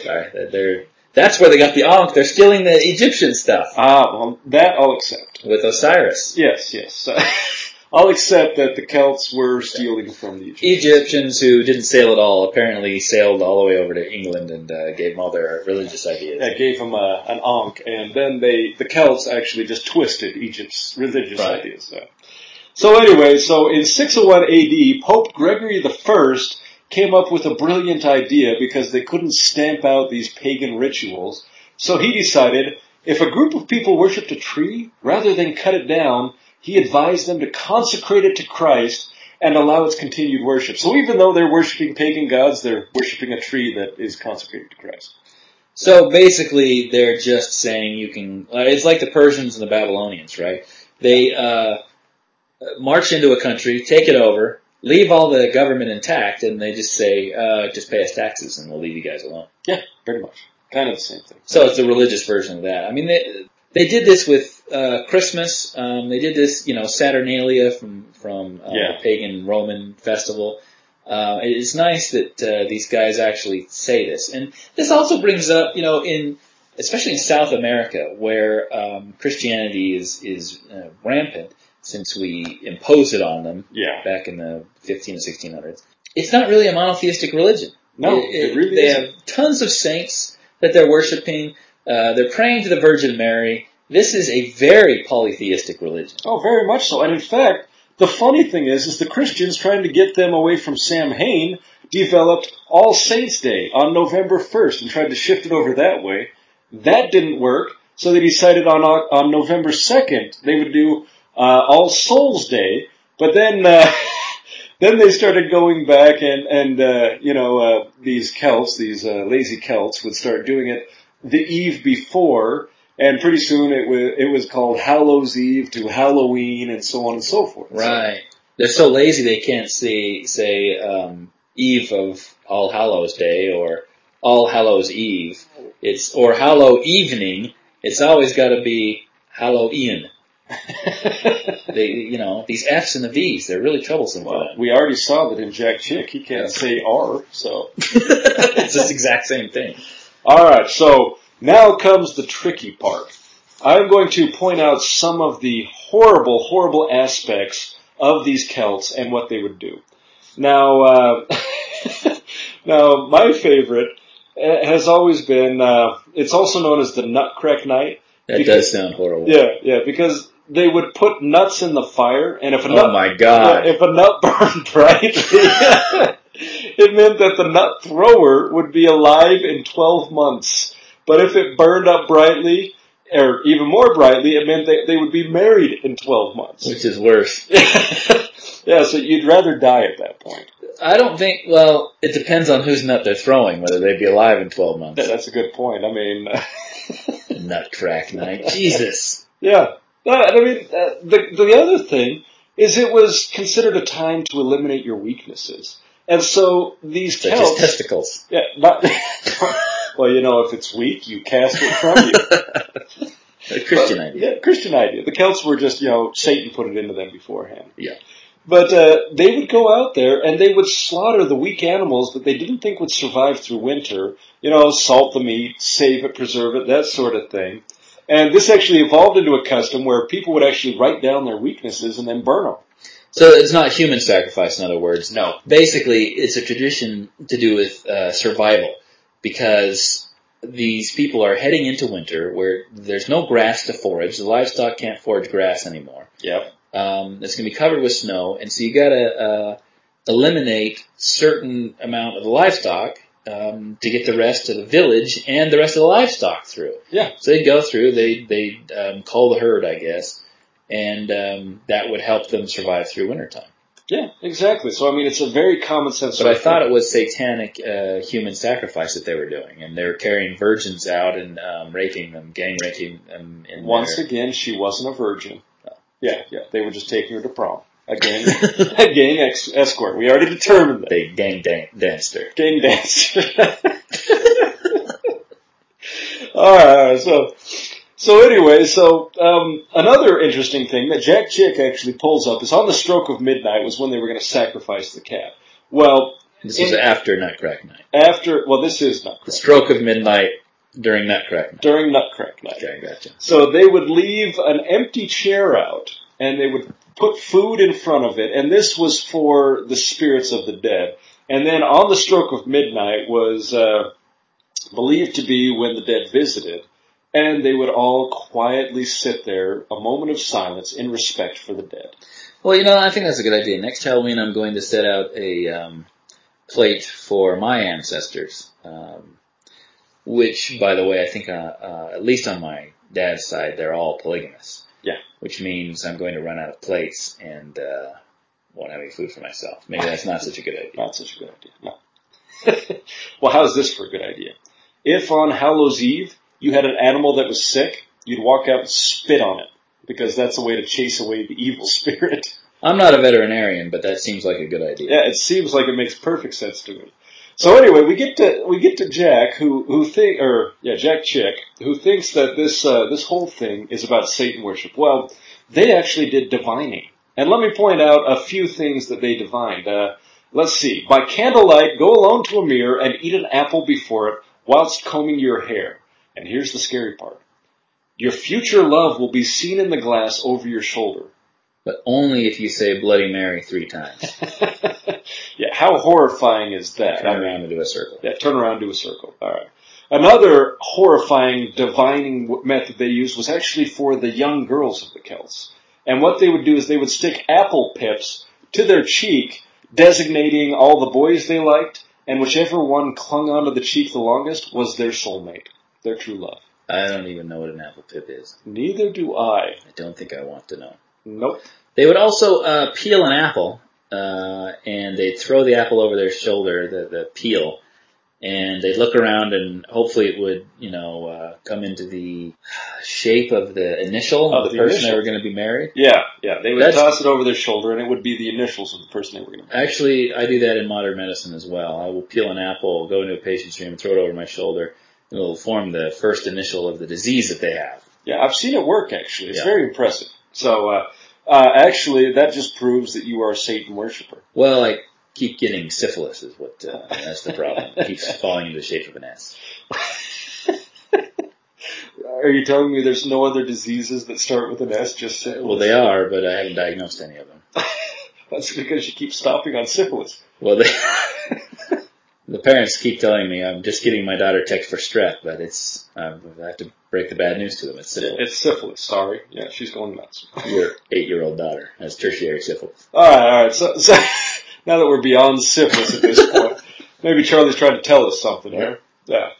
[SPEAKER 1] Sorry, they're That's where they got the Ankh. They're stealing the Egyptian stuff
[SPEAKER 2] Ah, well, that I'll accept.
[SPEAKER 1] with Osiris.
[SPEAKER 2] Yes, yes. I'll accept that the Celts were stealing from the Egyptians.
[SPEAKER 1] Egyptians who didn't sail at all apparently sailed all the way over to England and uh, gave them all their religious ideas.
[SPEAKER 2] That uh, gave them a, an ankh, and then they the Celts actually just twisted Egypt's religious
[SPEAKER 1] Right.
[SPEAKER 2] ideas. So. so anyway, so in 601 AD, Pope Gregory the First came up with a brilliant idea because they couldn't stamp out these pagan rituals. So he decided if a group of people worshipped a tree, rather than cut it down, he advised them to consecrate it to Christ and allow its continued worship. So even though they're worshiping pagan gods, they're worshiping a tree that is consecrated to Christ.
[SPEAKER 1] So basically, they're just saying you can. Uh, it's like the Persians and the Babylonians, right? They uh, march into a country, take it over, leave all the government intact, and they just say, uh, "Just pay us taxes, and we'll leave you guys alone."
[SPEAKER 2] Yeah, pretty much. Kind of the same thing.
[SPEAKER 1] So it's the religious version of that. I mean, they they did this with uh, Christmas. Um, they did this, you know, Saturnalia from from uh,
[SPEAKER 2] Yeah.
[SPEAKER 1] the pagan Roman festival. Uh, it- it's nice that uh, these guys actually say this, and this also brings up, you know, in especially in South America where um, Christianity is is uh, rampant since we imposed it on them
[SPEAKER 2] Yeah.
[SPEAKER 1] back in the 15 and 1600s. It's not really a monotheistic religion.
[SPEAKER 2] No,
[SPEAKER 1] It- it-
[SPEAKER 2] it really
[SPEAKER 1] they
[SPEAKER 2] isn't.
[SPEAKER 1] have tons of saints that they're worshiping. Uh, they're praying to the Virgin Mary. This is a very polytheistic religion.
[SPEAKER 2] Oh, very much so. And in fact, the funny thing is, is the Christians trying to get them away from Sam Hain developed All Saints Day on November 1st and tried to shift it over that way. That didn't work, so they decided on, Oc- on November 2nd they would do uh, All Souls Day, but then, uh, then they started going back and, and uh, you know, uh, these Celts, these uh, lazy Celts would start doing it the eve before, and pretty soon it was it was called Hallows Eve to Halloween and so on and so forth.
[SPEAKER 1] They're so lazy they can't see, say, um, Eve of All Hallows Day or All Hallows Eve. It's or Hallow Evening. It's always got to be Halloween. They, you know, these F's and the V's. They're really troublesome for
[SPEAKER 2] well,
[SPEAKER 1] them.
[SPEAKER 2] we already saw that in Jack Chick, he can't say R. So
[SPEAKER 1] it's this exact same thing.
[SPEAKER 2] all right, so now comes the tricky part. I'm going to point out some of the horrible, horrible aspects of these Celts and what they would do. Now, uh, now my favorite eh, has always been. Uh, it's also known as the Nutcrack Night.
[SPEAKER 1] That does sound horrible.
[SPEAKER 2] Yeah, yeah, because they would put nuts in the fire, and if a nut,
[SPEAKER 1] Oh my god.
[SPEAKER 2] if a nut burned brightly, it meant that the nut thrower would be alive in 12 months. But if it burned up brightly, or even more brightly, it meant that they would be married in 12 months.
[SPEAKER 1] Which is worse.
[SPEAKER 2] yeah, so you'd rather die at that point.
[SPEAKER 1] I don't think. Well, it depends on whose nut they're throwing, whether they'd be alive in twelve months.
[SPEAKER 2] That- That's a good point. I mean,
[SPEAKER 1] nut crack night. Jesus.
[SPEAKER 2] Yeah. No, and I mean, uh, the, the other thing is it was considered a time to eliminate your weaknesses. And so these
[SPEAKER 1] Such as
[SPEAKER 2] Celts.
[SPEAKER 1] testicles.
[SPEAKER 2] yeah, not, well, you know, if it's weak, you cast it from you.
[SPEAKER 1] A Christian idea.
[SPEAKER 2] Yeah, Christian idea. The Celts were just, you know, Satan put it into them beforehand.
[SPEAKER 1] Yeah.
[SPEAKER 2] But uh, they would go out there and they would slaughter the weak animals that they didn't think would survive through winter. You know, salt the meat, save it, preserve it, that sort of thing. And this actually evolved into a custom where people would actually write down their weaknesses and then burn them.
[SPEAKER 1] So it's not human sacrifice, in other words. No. Basically, it's a tradition to do with uh, survival because these people are heading into winter where there's no grass to forage. The livestock can't forage grass anymore.
[SPEAKER 2] Yep.
[SPEAKER 1] um, it's going to be covered with snow, and so you got to uh, eliminate certain amount of the livestock um, to get the rest of the village and the rest of the livestock through.
[SPEAKER 2] Yeah.
[SPEAKER 1] So they go through, they they um, call the herd, I guess, and um, that would help them survive through wintertime.
[SPEAKER 2] Yeah, exactly. So, I mean, it's a very common sense.
[SPEAKER 1] But I thought it was satanic uh, human sacrifice that they were doing, and they were carrying virgins out and um, raping them, gang raping them. In
[SPEAKER 2] Once
[SPEAKER 1] their-
[SPEAKER 2] again, she wasn't a virgin. Yeah, yeah. They were just taking her to prom. A gang, a gang ex- escort. We already determined that.
[SPEAKER 1] they gang dan- danced her.
[SPEAKER 2] Game dancer. all right, all right. So, so anyway, so um, another interesting thing that Jack Chick actually pulls up is on the stroke of midnight was when they were going to sacrifice the cat. Well,
[SPEAKER 1] This was after Nutcrack Night.
[SPEAKER 2] after well, this is not
[SPEAKER 1] The
[SPEAKER 2] correct.
[SPEAKER 1] stroke of midnight during Nutcracker.
[SPEAKER 2] during Nutcrack Night.
[SPEAKER 1] Okay, gotcha.
[SPEAKER 2] So they would leave an empty chair out and they would put food in front of it. And this was for the spirits of the dead. And then on the stroke of midnight was uh, believed to be when the dead visited. And they would all quietly sit there, a moment of silence in respect for the dead.
[SPEAKER 1] Well, you know, I think that's a good idea. Next Halloween, I'm going to set out a um, plate for my ancestors, um,
[SPEAKER 2] Hmm.
[SPEAKER 1] which, by the way, I think uh, uh, at least on my dad's side, they're all polygamous.
[SPEAKER 2] Yeah.
[SPEAKER 1] Which means I'm going to run out of plates and uh, won't have any food for myself. Maybe that's not such a good idea.
[SPEAKER 2] Not such a good idea. No. well, how's this for a good idea? If on Hallows Eve you had an animal that was sick, you'd walk out and spit on it because that's a way to chase away the evil spirit.
[SPEAKER 1] I'm not a veterinarian, but that seems like a good idea.
[SPEAKER 2] Yeah, it seems like it makes perfect sense to me. So anyway, we get to we get to Jack who who think or yeah Jack Chick who thinks that this uh, this whole thing is about Satan worship. Well, they actually did divining, and let me point out a few things that they divined. Uh, let's see: by candlelight, go alone to a mirror and eat an apple before it, whilst combing your hair. And here's the scary part: your future love will be seen in the glass over your shoulder.
[SPEAKER 1] But only if you say Bloody Mary three times.
[SPEAKER 2] yeah, how horrifying is that? I
[SPEAKER 1] Turn
[SPEAKER 2] mean,
[SPEAKER 1] around into a circle.
[SPEAKER 2] yeah, turn around, do a circle. All right. Another horrifying divining w- method they used was actually for the young girls of the Celts. And what they would do is they would stick apple pips to their cheek, designating all the boys they liked, and whichever one clung onto the cheek the longest was their soulmate, their true love.
[SPEAKER 1] I don't even know what an apple pip is.
[SPEAKER 2] Neither do I.
[SPEAKER 1] I don't think I want to know.
[SPEAKER 2] Nope.
[SPEAKER 1] They would also uh, peel an apple, uh, and they'd throw the apple over their shoulder, the, the peel, and they'd look around, and hopefully it would, you know, uh, come into the shape of the initial
[SPEAKER 2] Of
[SPEAKER 1] of the,
[SPEAKER 2] the
[SPEAKER 1] person they
[SPEAKER 2] initial.
[SPEAKER 1] were going to be married.
[SPEAKER 2] Yeah, yeah. They would
[SPEAKER 1] That's-
[SPEAKER 2] toss it over their shoulder, and it would be the initials of the person they were going to.
[SPEAKER 1] Actually, I do that in modern medicine as well. I will peel an apple, go into a patient's room, throw it over my shoulder, and it'll form the first initial of the disease that they have.
[SPEAKER 2] Yeah, I've seen it work actually. It's
[SPEAKER 1] Yeah.
[SPEAKER 2] very impressive. So uh, uh, actually, that just proves that you are a Satan worshiper.
[SPEAKER 1] Well, I keep getting syphilis is what, uh, that's the problem. It keeps falling into the shape of an S.
[SPEAKER 2] Are you telling me there's no other diseases that start with an S? Just syphilis?
[SPEAKER 1] Well, they are, but I haven't diagnosed any of them.
[SPEAKER 2] That's because you keep stopping on syphilis.
[SPEAKER 1] Well, they, the parents keep telling me I'm just getting my daughter text for strep, but it's um, I have to break the bad news to them. It's syphilis.
[SPEAKER 2] It's syphilis. Sorry. Yeah, she's going nuts.
[SPEAKER 1] Your eight-year-old daughter has tertiary syphilis.
[SPEAKER 2] All right, all right. So, so now that we're beyond syphilis at this point, maybe Charlie's trying to tell us something here. Yeah.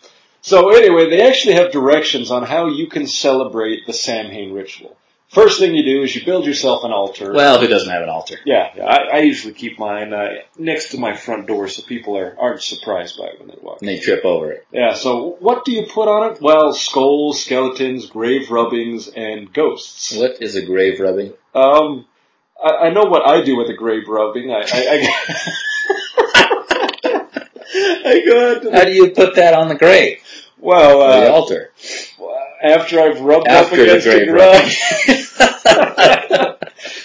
[SPEAKER 2] So anyway, they actually have directions on how you can celebrate the Samhain ritual. First thing you do is you build yourself an altar.
[SPEAKER 1] Well, if it doesn't have an altar,
[SPEAKER 2] Yeah, yeah, I, I usually keep mine uh, next to my front door so people are, aren't surprised by it when they walk.
[SPEAKER 1] and they trip over it.
[SPEAKER 2] Yeah, so what do you put on it? Well, skulls, skeletons, grave rubbings, and ghosts.
[SPEAKER 1] What is a grave rubbing?
[SPEAKER 2] Um, I, I know what I do with a grave rubbing. I, I, I, I go out to
[SPEAKER 1] How
[SPEAKER 2] the,
[SPEAKER 1] do you put that on the grave
[SPEAKER 2] well,
[SPEAKER 1] or the
[SPEAKER 2] uh,
[SPEAKER 1] altar?
[SPEAKER 2] after I've rubbed
[SPEAKER 1] After
[SPEAKER 2] up
[SPEAKER 1] the
[SPEAKER 2] against
[SPEAKER 1] grave
[SPEAKER 2] a grave.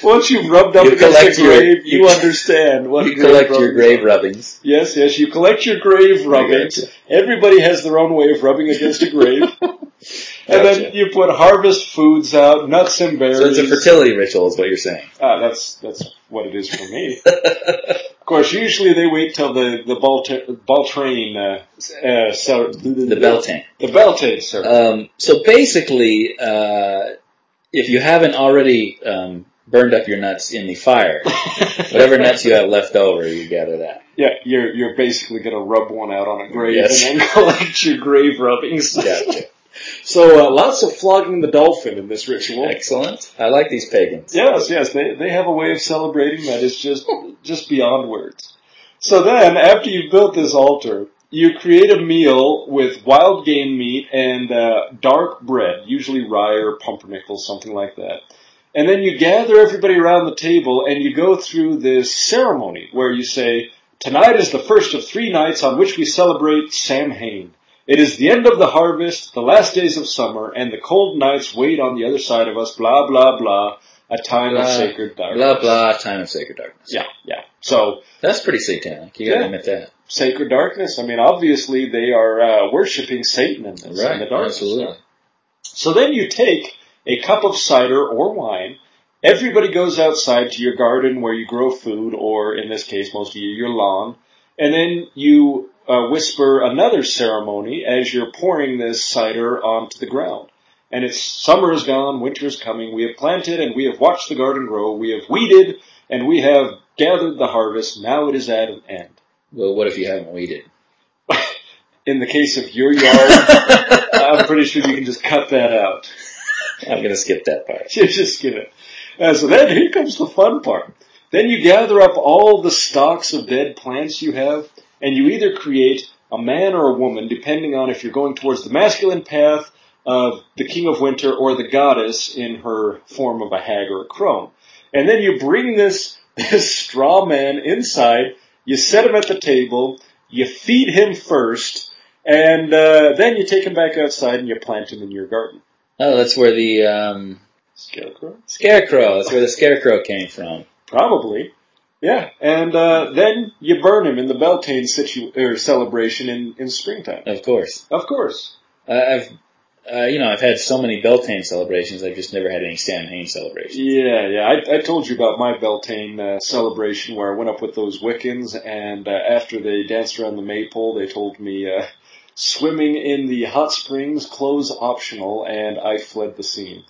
[SPEAKER 2] Once you've rubbed up
[SPEAKER 1] You
[SPEAKER 2] against
[SPEAKER 1] collect
[SPEAKER 2] a
[SPEAKER 1] your-
[SPEAKER 2] grave,
[SPEAKER 1] you-
[SPEAKER 2] you, understand what a
[SPEAKER 1] you collect your
[SPEAKER 2] rubbing
[SPEAKER 1] grave rubbings.
[SPEAKER 2] Yes, yes, you collect your grave rubbings.
[SPEAKER 1] Gotcha.
[SPEAKER 2] Everybody has their own way of rubbing against a grave. And then
[SPEAKER 1] Gotcha.
[SPEAKER 2] you put harvest foods out, nuts and berries.
[SPEAKER 1] So it's a fertility ritual, is what you're saying.
[SPEAKER 2] ah, that's that's what it is for me. of course, usually they wait till the the Baltrain uh, uh, cer-
[SPEAKER 1] The Beltane.
[SPEAKER 2] the Beltane ceremony.
[SPEAKER 1] Um, so basically, uh, if you haven't already um, burned up your nuts in the fire, whatever nuts you have left over, you gather that.
[SPEAKER 2] yeah, you're you're basically gonna rub one out on a grave
[SPEAKER 1] Yes.
[SPEAKER 2] and then collect your grave rubbings.
[SPEAKER 1] Gotcha.
[SPEAKER 2] so uh, lots of flogging the dolphin in this ritual.
[SPEAKER 1] Excellent. I like these pagans.
[SPEAKER 2] Yes, yes, they they have a way of celebrating that is just just beyond words. So then, after you've built this altar, you create a meal with wild game meat and uh, dark bread, usually rye or pumpernickel, something like that. And then you gather everybody around the table and you go through this ceremony where you say, Tonight is the first of three nights on which we celebrate Samhain. It is the end of the harvest, the last days of summer, and the cold nights wait on the other side of us, blah, blah, blah. a time of
[SPEAKER 5] Blah,
[SPEAKER 2] sacred darkness.
[SPEAKER 5] Blah blah. Time of sacred darkness.
[SPEAKER 2] Yeah, yeah. So
[SPEAKER 5] That's pretty satanic. You gotta
[SPEAKER 2] Yeah.
[SPEAKER 5] admit that.
[SPEAKER 2] sacred darkness. I mean, obviously they are uh, worshiping Satan in, this, in the
[SPEAKER 5] Right.
[SPEAKER 2] darkness.
[SPEAKER 5] Absolutely.
[SPEAKER 2] So then you take a cup of cider or wine. Everybody goes outside to your garden where you grow food, or in this case, most of you, your lawn. And then you uh, whisper another ceremony as you're pouring this cider onto the ground. And it's summer is gone, winter is coming. We have planted and we have watched the garden grow. We have weeded and we have gathered the harvest. Now it is at an end.
[SPEAKER 5] Well, what if you haven't weeded?
[SPEAKER 2] In the case of your yard, I'm pretty sure you can just cut that out.
[SPEAKER 5] I'm gonna skip that part.
[SPEAKER 2] You just give it. Uh, so then here comes the fun part. Then you gather up all the stalks of dead plants you have, and you either create a man or a woman, depending on if you're going towards the masculine path of the king of winter or the goddess in her form of a hag or a crone. And then you bring this, this straw man inside, you set him at the table, you feed him first, and uh, then you take him back outside and you plant him in your garden.
[SPEAKER 5] Oh, that's where the um,
[SPEAKER 2] Scarecrow?
[SPEAKER 5] scarecrow. That's where the scarecrow came from.
[SPEAKER 2] Probably. Yeah, and uh, then you burn him in the Beltane situ- er, celebration in, in springtime.
[SPEAKER 5] Of course.
[SPEAKER 2] Of course.
[SPEAKER 5] I I've, uh, you know, I've had so many Beltane celebrations. I've just never had any Samhain celebrations.
[SPEAKER 2] Yeah, yeah. I, I told you about my Beltane uh, celebration where I went up with those Wiccans, and uh, after they danced around the maypole, they told me uh, swimming in the hot springs, clothes optional, and I fled the scene.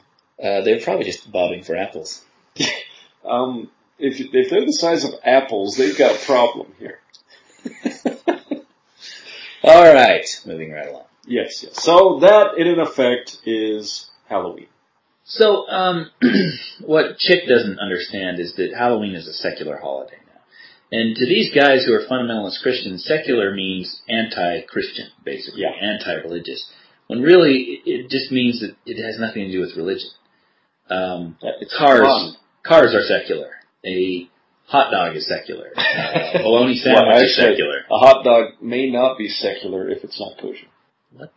[SPEAKER 5] Uh, they're probably just bobbing for apples.
[SPEAKER 2] Um, if, if they're the size of apples, they've got a problem here.
[SPEAKER 5] All right, moving right along.
[SPEAKER 2] Yes, yes. So that, in effect, is Halloween.
[SPEAKER 1] So, um, what Chick doesn't understand is that Halloween is a secular holiday now. And to these guys who are fundamentalist Christians, secular means anti-Christian, basically,
[SPEAKER 2] Yeah.
[SPEAKER 1] anti-religious. When really, it just means that it has nothing to do with religion. Um,
[SPEAKER 2] It's
[SPEAKER 1] cars,
[SPEAKER 2] fun.
[SPEAKER 1] cars are secular. A hot dog is secular. A bologna
[SPEAKER 2] Well,
[SPEAKER 1] sandwich is
[SPEAKER 2] actually,
[SPEAKER 1] secular.
[SPEAKER 2] A hot dog may not be secular if it's not kosher.
[SPEAKER 1] What?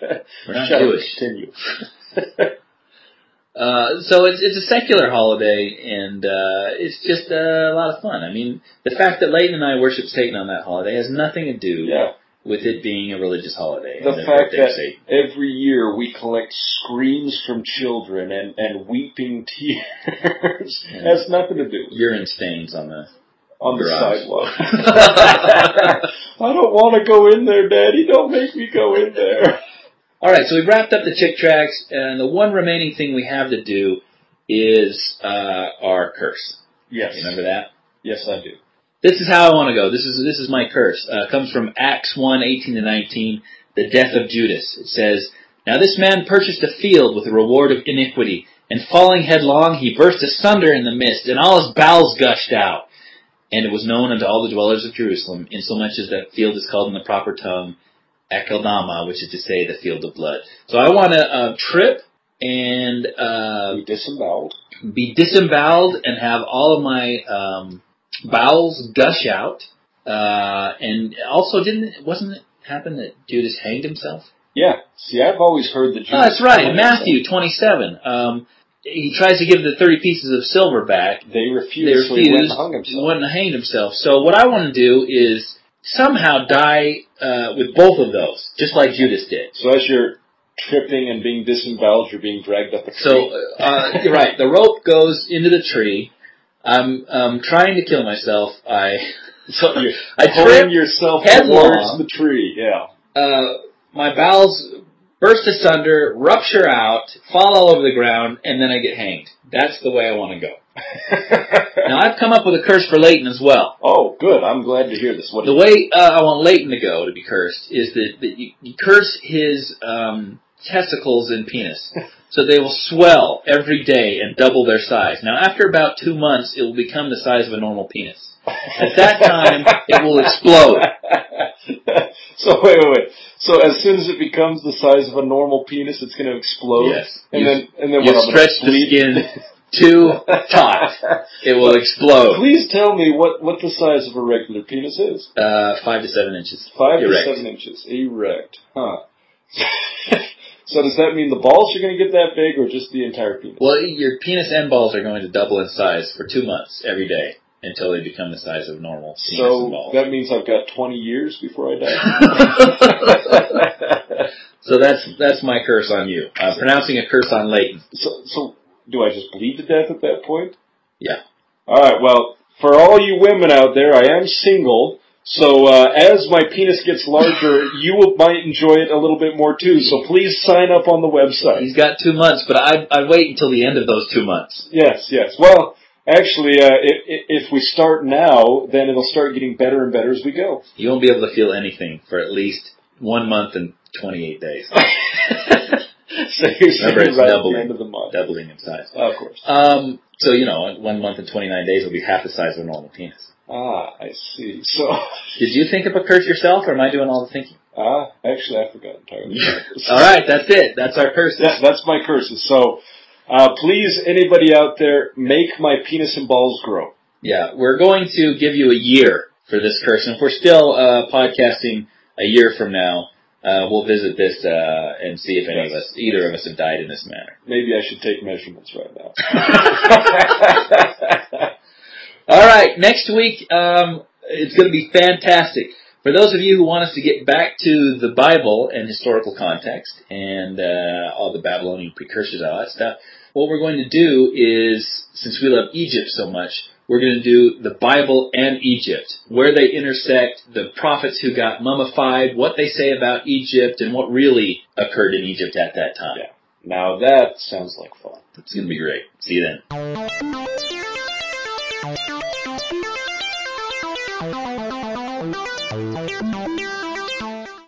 [SPEAKER 2] We're
[SPEAKER 1] We're not Jewish.
[SPEAKER 2] Continue.
[SPEAKER 1] Uh, so it's it's a secular holiday, and uh, it's just uh, a lot of fun. I mean, the fact that Leighton and I worship Satan on that holiday has nothing to do
[SPEAKER 2] yeah.
[SPEAKER 1] with it being a religious holiday.
[SPEAKER 2] The
[SPEAKER 1] and a
[SPEAKER 2] fact
[SPEAKER 1] birthday of
[SPEAKER 2] that-
[SPEAKER 1] Satan.
[SPEAKER 2] Every year we collect screams from children and, and weeping tears.
[SPEAKER 1] Yeah.
[SPEAKER 2] Has nothing to do with
[SPEAKER 1] urine stains on the
[SPEAKER 2] on the
[SPEAKER 1] Garage.
[SPEAKER 2] sidewalk. I don't want to go in there, Daddy. Don't make me go in there.
[SPEAKER 1] All right, so we've wrapped up the chick tracks, and the one remaining thing we have to do is uh, our curse.
[SPEAKER 2] Yes.
[SPEAKER 1] Remember that?
[SPEAKER 2] Yes, I do.
[SPEAKER 1] This is how I want to go. This is this is my curse. Uh, it comes from Acts 1, 18 to 19, the death of Judas. It says, Now this man purchased a field with a reward of iniquity, and falling headlong, he burst asunder in the midst, and all his bowels gushed out. And it was known unto all the dwellers of Jerusalem, insomuch as that field is called in the proper tongue, Ekeldama, which is to say, the field of blood. So I want to uh, trip and uh,
[SPEAKER 2] We disemboweled.
[SPEAKER 1] be disemboweled and have all of my um, bowels gush out. Uh, and also, didn't wasn't it happen that Judas hanged himself?
[SPEAKER 2] Yeah. See, I've always heard the Jews.
[SPEAKER 1] Oh, that's right, Matthew twenty-seven. Um, he tries to give the thirty pieces of silver back.
[SPEAKER 2] They
[SPEAKER 1] They
[SPEAKER 2] refused. so he went
[SPEAKER 1] refused.
[SPEAKER 2] and hung himself.
[SPEAKER 1] Went and hanged himself. So what I want to do is somehow die uh, with both of those, just like Judas did.
[SPEAKER 2] So as you're tripping and being disemboweled, you're being dragged up a tree.
[SPEAKER 1] So uh, you're right. The rope goes into the tree. I'm um, trying to kill myself. I so
[SPEAKER 2] You're
[SPEAKER 1] I
[SPEAKER 2] pulling
[SPEAKER 1] trip.
[SPEAKER 2] yourself
[SPEAKER 1] headlong.
[SPEAKER 2] towards the tree. Yeah.
[SPEAKER 1] Uh, my bowels burst asunder, rupture out, fall all over the ground, and then I get hanged. That's the way I want to go. Now I've come up with a curse for Leighton as well.
[SPEAKER 2] oh, good. I'm glad to hear this. What?
[SPEAKER 1] The way uh, I want Leighton to go to be cursed is that, that you, you curse his um, testicles and penis. So they will swell every day and double their size. Now, after about two months, it will become the size of a normal penis. At that time, it will explode.
[SPEAKER 2] so wait, wait, wait. So as soon as it becomes the size of a normal penis, it's going to explode.
[SPEAKER 1] Yes.
[SPEAKER 2] And
[SPEAKER 1] You-
[SPEAKER 2] then, and then
[SPEAKER 1] you
[SPEAKER 2] what? I'm gonna
[SPEAKER 1] stretch the
[SPEAKER 2] bleed?
[SPEAKER 1] skin too taut. It will explode.
[SPEAKER 2] Please tell me what what the size of a regular penis is.
[SPEAKER 1] Uh, five to seven inches.
[SPEAKER 2] Five
[SPEAKER 1] Erect.
[SPEAKER 2] to seven inches. Erect. Huh. So does that mean the balls are going to get that big, or just the entire penis?
[SPEAKER 1] Well, your penis and balls are going to double in size for two months every day until they become the size of normal penis and
[SPEAKER 2] so
[SPEAKER 1] balls.
[SPEAKER 2] that means I've got 20 years before I die.
[SPEAKER 1] so that's that's my curse on you. I'm pronouncing a curse on Leighton.
[SPEAKER 2] so, so do I just bleed to death at that point?
[SPEAKER 1] Yeah.
[SPEAKER 2] All right. Well, for all you women out there, I am single. So uh, as my penis gets larger, you will, might enjoy it a little bit more too. So please sign up on the website.
[SPEAKER 1] He's got two months, but I I wait until the end of those two months.
[SPEAKER 2] Yes, yes. Well, actually, uh, if, if we start now, then it'll start getting better and better as we go.
[SPEAKER 1] You won't be able to feel anything for at least one month and 28 days,
[SPEAKER 2] so you're saying
[SPEAKER 1] Remember,
[SPEAKER 2] right
[SPEAKER 1] it's
[SPEAKER 2] at
[SPEAKER 1] doubling.
[SPEAKER 2] the end of the month.
[SPEAKER 1] doubling in size.
[SPEAKER 2] Of course.
[SPEAKER 1] Um, so you know, one month and 29 days will be half the size of a normal penis.
[SPEAKER 2] Ah, I see. So,
[SPEAKER 1] Did you think of a curse yourself, or am I doing all the thinking?
[SPEAKER 2] ah, actually, I forgot entirely.
[SPEAKER 1] All right, that's it. That's our curse.
[SPEAKER 2] Yeah, that's my curses. So, uh, please, anybody out there, make my penis and balls grow.
[SPEAKER 1] Yeah, we're going to give you a year for this curse, and if we're still uh, podcasting a year from now, uh, we'll visit this uh, and see if any of us, either of us, have died in this manner.
[SPEAKER 2] Maybe I should take measurements right now.
[SPEAKER 1] All right, next week um, it's going to be fantastic. For those of you who want us to get back to the Bible and historical context and uh, all the Babylonian precursors, all that stuff, what we're going to do is, since we love Egypt so much, we're going to do the Bible and Egypt, where they intersect, the prophets who got mummified, what they say about Egypt, and what really occurred in Egypt at that time.
[SPEAKER 2] Yeah. now that sounds like fun.
[SPEAKER 1] It's going to be great. See you then.
[SPEAKER 6] Thank you.